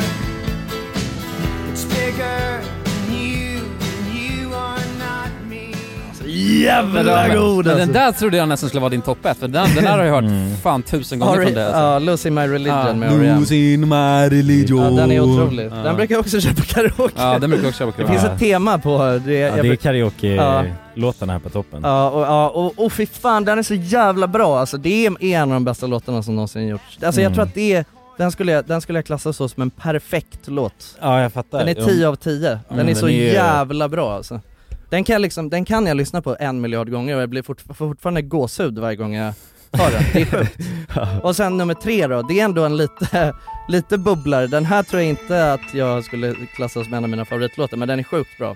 Speaker 3: Alltså, Jävla god
Speaker 1: men
Speaker 3: alltså.
Speaker 1: Den där trodde jag nästan skulle vara din topp ett, för den, den här har jag hört
Speaker 3: Mm.
Speaker 1: fan tusen gånger
Speaker 3: Ari-
Speaker 1: från
Speaker 2: alltså.
Speaker 1: dig alltså.
Speaker 3: Ja, Lucy My Religion
Speaker 2: Ah.
Speaker 1: Ja.
Speaker 3: med R.E.M. Ja, den är otrolig.
Speaker 1: Ja.
Speaker 3: Den brukar jag också köra på karaoke.
Speaker 1: Ja, den brukar jag också köra på
Speaker 3: Det
Speaker 1: karaoke.
Speaker 3: finns ett tema på det.
Speaker 2: Ah. Ja,
Speaker 3: jag
Speaker 2: det är
Speaker 3: bruk- Ja.
Speaker 2: karaoke-låtarna här på toppen.
Speaker 3: Ja, och, ja, och, och fy fan den är så jävla bra alltså. Det är en av de bästa låtarna som någonsin gjorts. Alltså jag
Speaker 2: Mm.
Speaker 3: tror att det är, den skulle, jag, den skulle jag klassa så som en perfekt låt.
Speaker 2: Ja, jag fattar.
Speaker 3: Den är
Speaker 2: Jo.
Speaker 3: 10 av 10. Den
Speaker 2: Mm,
Speaker 3: är så
Speaker 2: den är-
Speaker 3: jävla bra alltså. Den kan, jag liksom, den kan jag lyssna på en miljard gånger och jag blir fort, får fortfarande gåshud varje gång jag hör den. Det är
Speaker 2: *laughs*
Speaker 3: sjukt. Och sen nummer tre då, det är ändå en lite, *laughs* lite bubblare. Den här tror jag inte att jag skulle klassa som en av mina favoritlåtar, men den är sjukt bra.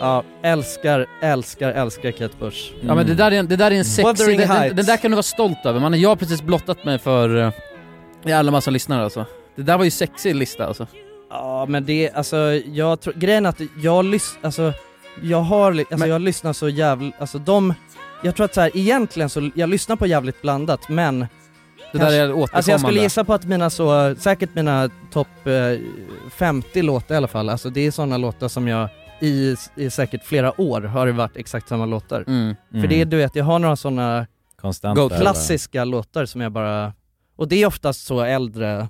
Speaker 3: Ja, älskar, älskar, älskar Kate Bush.
Speaker 1: Ja men det där är en, det där är en sexig,
Speaker 3: Wuthering
Speaker 1: den, den,
Speaker 3: Heights.
Speaker 1: den där kan du vara stolt över mannen. Jag har precis blottat mig för eh, jävla massa lyssnare alltså. Det där var ju sexig lista alltså.
Speaker 3: Ja men det, alltså jag tror, grejen är att jag lyssnar, alltså jag har, li- alltså jag lyssnar så jävla, alltså de, jag tror att så här, egentligen så, jag lyssnar på jävligt blandat men
Speaker 1: Det där är återkommande.
Speaker 3: Alltså jag skulle gissa på att mina så, säkert mina topp eh, 50 låtar i alla fall, alltså det är sådana låtar som jag i, i säkert flera år har det varit exakt samma låtar.
Speaker 1: Mm.
Speaker 3: För det är du vet, jag har några sådana
Speaker 2: Konstanta, eller?
Speaker 3: klassiska låtar som jag bara, och det är oftast så äldre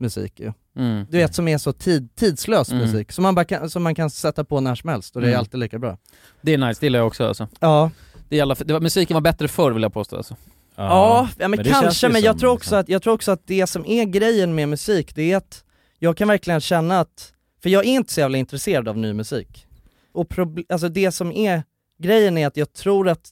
Speaker 3: musik ju.
Speaker 1: Mm.
Speaker 3: Du vet som är så tid, tidslös
Speaker 1: Mm.
Speaker 3: musik, som man, bara kan, som man kan sätta på när som helst och det är
Speaker 1: Mm.
Speaker 3: alltid lika bra.
Speaker 1: Det är nice, det gillar jag också alltså.
Speaker 3: Ja.
Speaker 1: Det är alla, det var, musiken var bättre förr vill jag påstå alltså.
Speaker 3: Ja, ja men, kanske, men jag tror, också
Speaker 1: liksom-
Speaker 3: att, jag tror också att det som är grejen med musik, det är att jag kan verkligen känna att, för jag är inte så jävla intresserad av ny musik. Och proble- alltså det som är grejen är att jag tror att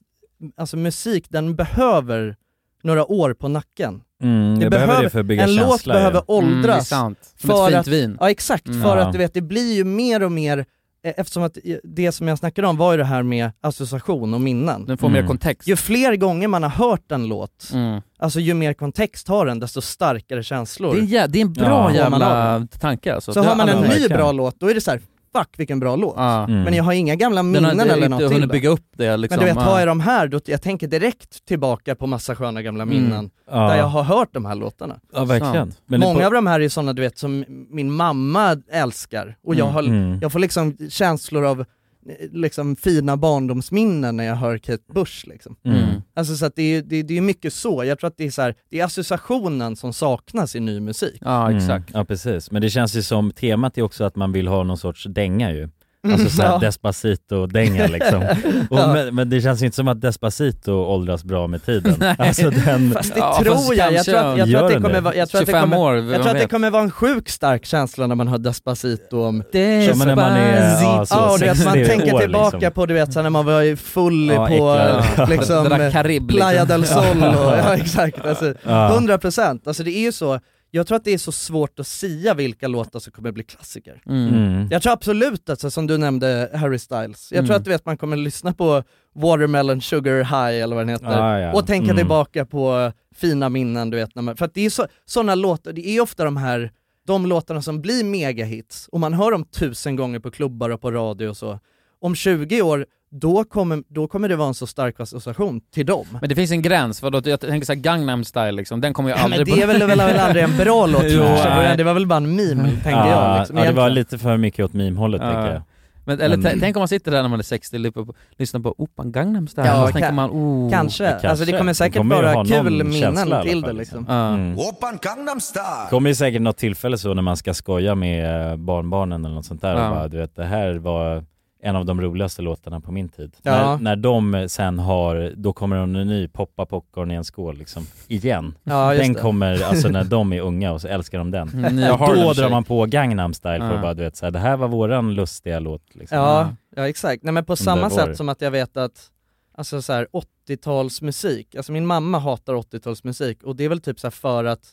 Speaker 3: alltså musik, den behöver några år på nacken.
Speaker 2: Mm, det behöver det för att bygga
Speaker 3: En låt
Speaker 2: känsla, ja.
Speaker 3: behöver
Speaker 1: Mm, det är
Speaker 3: åldras.
Speaker 1: sant. Som ett fint
Speaker 3: att,
Speaker 1: vin.
Speaker 3: Ja exakt,
Speaker 1: Mm.
Speaker 3: för
Speaker 1: Ja.
Speaker 3: att du vet, det blir ju mer och mer eh, Eftersom att eh, det som jag snackade om var ju det här med association och minnen.
Speaker 1: Den får mer Mm. kontext.
Speaker 3: Ju fler gånger man har hört en låt,
Speaker 1: Mm.
Speaker 3: Alltså ju mer kontext har den, desto starkare känslor.
Speaker 1: Det är, en jä- det är en bra
Speaker 3: Ja.
Speaker 1: jävla tanke alltså.
Speaker 3: Så
Speaker 1: Det
Speaker 3: har man en
Speaker 1: alla-
Speaker 3: ny bra låt, då är det så här: fuck vilken bra låt.
Speaker 1: Ja. Mm.
Speaker 3: Men jag har inga gamla
Speaker 1: Den har
Speaker 3: minnen
Speaker 1: inte-
Speaker 3: eller
Speaker 1: inte
Speaker 3: något till
Speaker 1: hunnit
Speaker 3: det.
Speaker 1: bygga upp det liksom.
Speaker 3: Men du vet, har
Speaker 1: Ja.
Speaker 3: jag de här, då, jag tänker direkt tillbaka på massa sköna gamla
Speaker 1: Mm.
Speaker 3: minnen.
Speaker 1: Ja.
Speaker 3: Där jag har hört de här låtarna.
Speaker 2: Ja, verkligen. Sant. Men det-
Speaker 3: Många av de här är sådana du vet som min mamma älskar och jag,
Speaker 2: Mm.
Speaker 3: har,
Speaker 2: Mm.
Speaker 3: jag får liksom känslor av eh, liksom fina barndomsminnen när jag hör Kate Bush liksom.
Speaker 2: Mm.
Speaker 3: Alltså så att det är, det, är- det är mycket så, jag tror att det är så här, det är associationen som saknas i ny musik.
Speaker 2: Mm. Ja precis, men det känns ju som temat är också att man vill ha någon sorts dänga ju Alltså såhär
Speaker 3: Mm, Ja. *laughs*
Speaker 2: Despacito-dänga liksom. Och,
Speaker 3: Ja.
Speaker 2: men, men det känns ju inte som att Despacito åldras bra
Speaker 3: *laughs*
Speaker 2: med tiden. Alltså den...
Speaker 3: Fast det tror jag, jag tror att, jag tror att det kommer vara, jag tror att det kommer, jag tror att det kommer vara en sjukt stark känsla när man har Despacito om
Speaker 2: Ja, men när man är, ja, så
Speaker 3: Ja, och du vet, man
Speaker 2: 60
Speaker 3: tänker
Speaker 2: Alltså, år,
Speaker 3: tillbaka
Speaker 2: liksom.
Speaker 3: på du vet så här, när man var full
Speaker 2: Ja,
Speaker 3: på
Speaker 2: äcklar.
Speaker 3: *laughs* liksom,
Speaker 2: *laughs* Det där Karib, liksom.
Speaker 3: Playa
Speaker 1: *laughs*
Speaker 3: del Sol och, *laughs*
Speaker 2: *laughs*
Speaker 3: ja exakt, alltså,
Speaker 2: Ja.
Speaker 3: 100% alltså det är ju så jag tror att det är så svårt att sia vilka låtar som kommer bli klassiker.
Speaker 1: Mm. Mm.
Speaker 3: Jag tror absolut, alltså, som du nämnde, Harry Styles. Jag tror
Speaker 1: Mm.
Speaker 3: att du vet, man kommer lyssna på Watermelon Sugar High eller vad den heter
Speaker 1: Ah, ja.
Speaker 3: och tänka
Speaker 1: Mm.
Speaker 3: tillbaka på fina minnen du vet. När man, för att det är så, sådana låtar, det är ofta de här de låtarna som blir megahits och man hör dem tusen gånger på klubbar och på radio och så. Om 20 år, då kommer, då kommer det vara en så stark association till dem.
Speaker 1: Men det finns en gräns, vadå? Jag tänker såhär Gangnam style liksom, den kommer jag
Speaker 3: Ja, men
Speaker 1: aldrig...
Speaker 3: det är väl,
Speaker 1: *laughs*
Speaker 3: väl, väl aldrig en bra
Speaker 2: *laughs*
Speaker 3: låt
Speaker 1: Jo.
Speaker 3: från första början, det var väl bara en meme tänkte jag. Liksom,
Speaker 2: Mm. ja, det var
Speaker 3: egentligen.
Speaker 2: lite för mycket åt meme-hållet
Speaker 1: Ja.
Speaker 2: tänker jag.
Speaker 1: Men, eller
Speaker 2: Men-
Speaker 1: t- tänk om man sitter där när man är 60 och lyssnar på- lyssnar på Opan Gangnam Style,
Speaker 3: Ja,
Speaker 1: och så tänker
Speaker 3: ka-
Speaker 1: man oh,
Speaker 3: kanske. Alltså, det kommer säkert
Speaker 2: kommer ju
Speaker 3: vara
Speaker 2: ha någon
Speaker 3: kul
Speaker 2: känsla
Speaker 3: minnen
Speaker 2: i alla
Speaker 3: till
Speaker 2: fall,
Speaker 3: det, liksom.
Speaker 1: Ja.
Speaker 2: Mm.
Speaker 11: Open Gangnam Style!
Speaker 2: kommer ju säkert något tillfälle så när man ska skoja med eh, barnbarnen eller något sånt där
Speaker 1: Ja.
Speaker 2: och bara, du vet det här var en av de roligaste låtarna på min tid.
Speaker 1: Ja.
Speaker 2: När, när de sen har, då kommer de en ny poppa popcorn i en skål liksom, igen.
Speaker 1: Ja, just
Speaker 2: den
Speaker 1: det.
Speaker 2: kommer, alltså när de är unga och så älskar de den.
Speaker 3: *laughs*
Speaker 1: Mm, nya
Speaker 2: Och då
Speaker 1: Harlem
Speaker 2: drar
Speaker 1: Shake.
Speaker 2: man på Gangnam style för
Speaker 1: Ja.
Speaker 2: att bara du vet så här, det här var våran lustiga låt liksom.
Speaker 3: Ja, ja exakt. Nej men på
Speaker 2: Under
Speaker 3: samma
Speaker 2: år.
Speaker 3: sätt som att jag vet att alltså så här 80-talsmusik. Alltså min mamma hatar 80-talsmusik och det är väl typ så här för att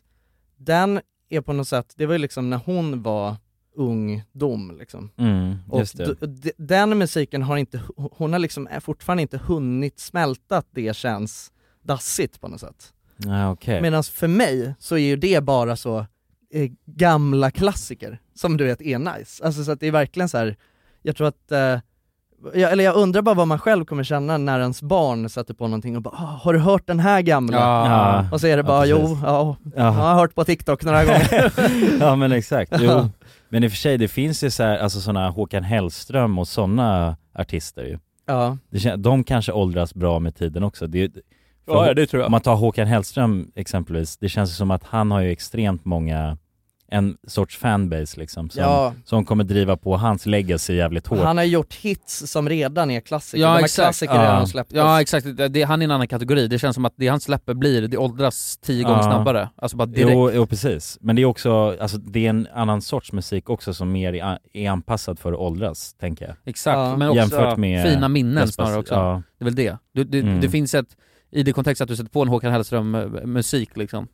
Speaker 3: den är på något sätt, det var ju liksom när hon var ungdom liksom.
Speaker 2: Mm,
Speaker 3: Och
Speaker 2: just det.
Speaker 3: d- d- den musiken har inte, hon har liksom fortfarande inte hunnit smälta att det känns dassigt på något sätt.
Speaker 2: Ja, okej.
Speaker 3: Medan för mig så är ju det bara så eh, gamla klassiker som du vet är nice. Alltså så att det är verkligen så här. jag tror att, eh, jag, eller jag undrar bara vad man själv kommer känna när ens barn sätter på någonting och bara "Ah, “Har du hört den här gamla?”
Speaker 2: Ja.
Speaker 3: Och så är det
Speaker 2: Ja,
Speaker 3: bara “Jo,
Speaker 2: precis.
Speaker 3: ja,
Speaker 2: Ja.
Speaker 3: jag har hört på TikTok några
Speaker 2: *laughs*
Speaker 3: gånger”
Speaker 2: ja men exakt, jo.
Speaker 3: Ja.
Speaker 2: Men i och för sig, det finns ju så här, alltså sådana Håkan Hellström och sådana artister ju.
Speaker 3: Ja.
Speaker 2: Det, kän- de kanske åldras bra med tiden också. Det, är ju-
Speaker 14: Ja, ja, det tror jag.
Speaker 2: Om man tar Håkan Hellström exempelvis, det känns ju som att han har ju extremt många, en sorts fanbase liksom, som,
Speaker 3: Ja.
Speaker 2: som kommer driva på hans legacy jävligt hårt.
Speaker 3: Han har gjort hits som redan är klassiker,
Speaker 2: Ja,
Speaker 3: de här
Speaker 2: exakt.
Speaker 3: klassiker
Speaker 2: Ja.
Speaker 3: redan släpptes.
Speaker 1: Ja exakt, det, det, han är en annan kategori. Det känns som att det han släpper blir, det åldras tio gånger
Speaker 2: Ja.
Speaker 1: snabbare. Alltså bara direkt.
Speaker 2: Jo, jo, precis. Men det är också, alltså det är en annan sorts musik också som mer är, är anpassad för att åldras, tänker jag.
Speaker 1: Exakt, men också
Speaker 2: Jämfört med
Speaker 1: fina minnen
Speaker 2: Despacito.
Speaker 1: snarare också.
Speaker 2: Ja.
Speaker 1: Det är väl det. Du, du,
Speaker 2: Mm.
Speaker 1: Det finns ett, i det kontext att du sätter på en Håkan Hellström-musik liksom.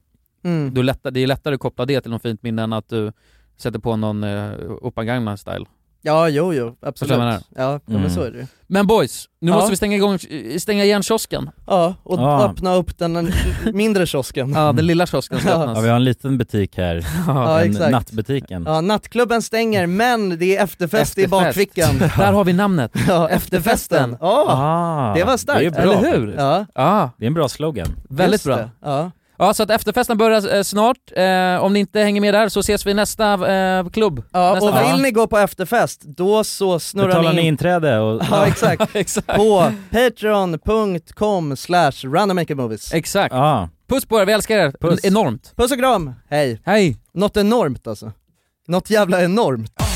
Speaker 3: Mm.
Speaker 1: Du lättar, det är lättare att koppla det till något fint minne än att du sätter på någon uh, Open Gangnam style.
Speaker 3: Ja, jo, jo,
Speaker 1: Förstår du
Speaker 3: absolut.
Speaker 1: vad jag menar?
Speaker 3: Ja, ja, men
Speaker 2: Mm.
Speaker 3: så är det ju.
Speaker 1: Men boys, nu
Speaker 3: Ja.
Speaker 1: måste vi stänga, igång, stänga igen kiosken.
Speaker 3: Ja, och
Speaker 2: Ja.
Speaker 3: öppna upp den en- mindre kiosken.
Speaker 1: Ja, den lilla kiosken ska
Speaker 3: Alltså.
Speaker 2: Ja, vi har en liten butik här.
Speaker 3: *laughs* Ja,
Speaker 2: en,
Speaker 3: exakt.
Speaker 2: nattbutiken.
Speaker 3: Mm. Ja, nattklubben stänger men det är Mm. efterfest, i bakfickan.
Speaker 1: *laughs* Där har vi namnet.
Speaker 3: *laughs* Ja, efterfesten. Ja,
Speaker 2: Ah,
Speaker 3: det var starkt,
Speaker 2: det är bra
Speaker 3: eller hur?
Speaker 2: faktiskt.
Speaker 3: Ja.
Speaker 2: Det är en bra slogan.
Speaker 1: Väldigt
Speaker 3: Just
Speaker 1: bra.
Speaker 3: det, Ja.
Speaker 1: Ja, så att efterfesten börjar eh, snart. Eh, om ni inte hänger med där så ses vi i nästa eh, klubb.
Speaker 3: Ja,
Speaker 1: nästa
Speaker 3: och
Speaker 1: vecka.
Speaker 3: vill ni gå på efterfest, då så snurrar
Speaker 2: Betalar ni
Speaker 3: ni in
Speaker 2: inträde och...
Speaker 3: Ja *laughs* exakt,
Speaker 1: exakt.
Speaker 3: på patreon.com slash randommakermovies
Speaker 1: Exakt.
Speaker 2: Ja.
Speaker 1: Puss på er, vi älskar er
Speaker 3: Puss.
Speaker 1: enormt.
Speaker 3: Puss och kram, hej!
Speaker 1: Hej!
Speaker 3: Något enormt alltså. Något jävla enormt.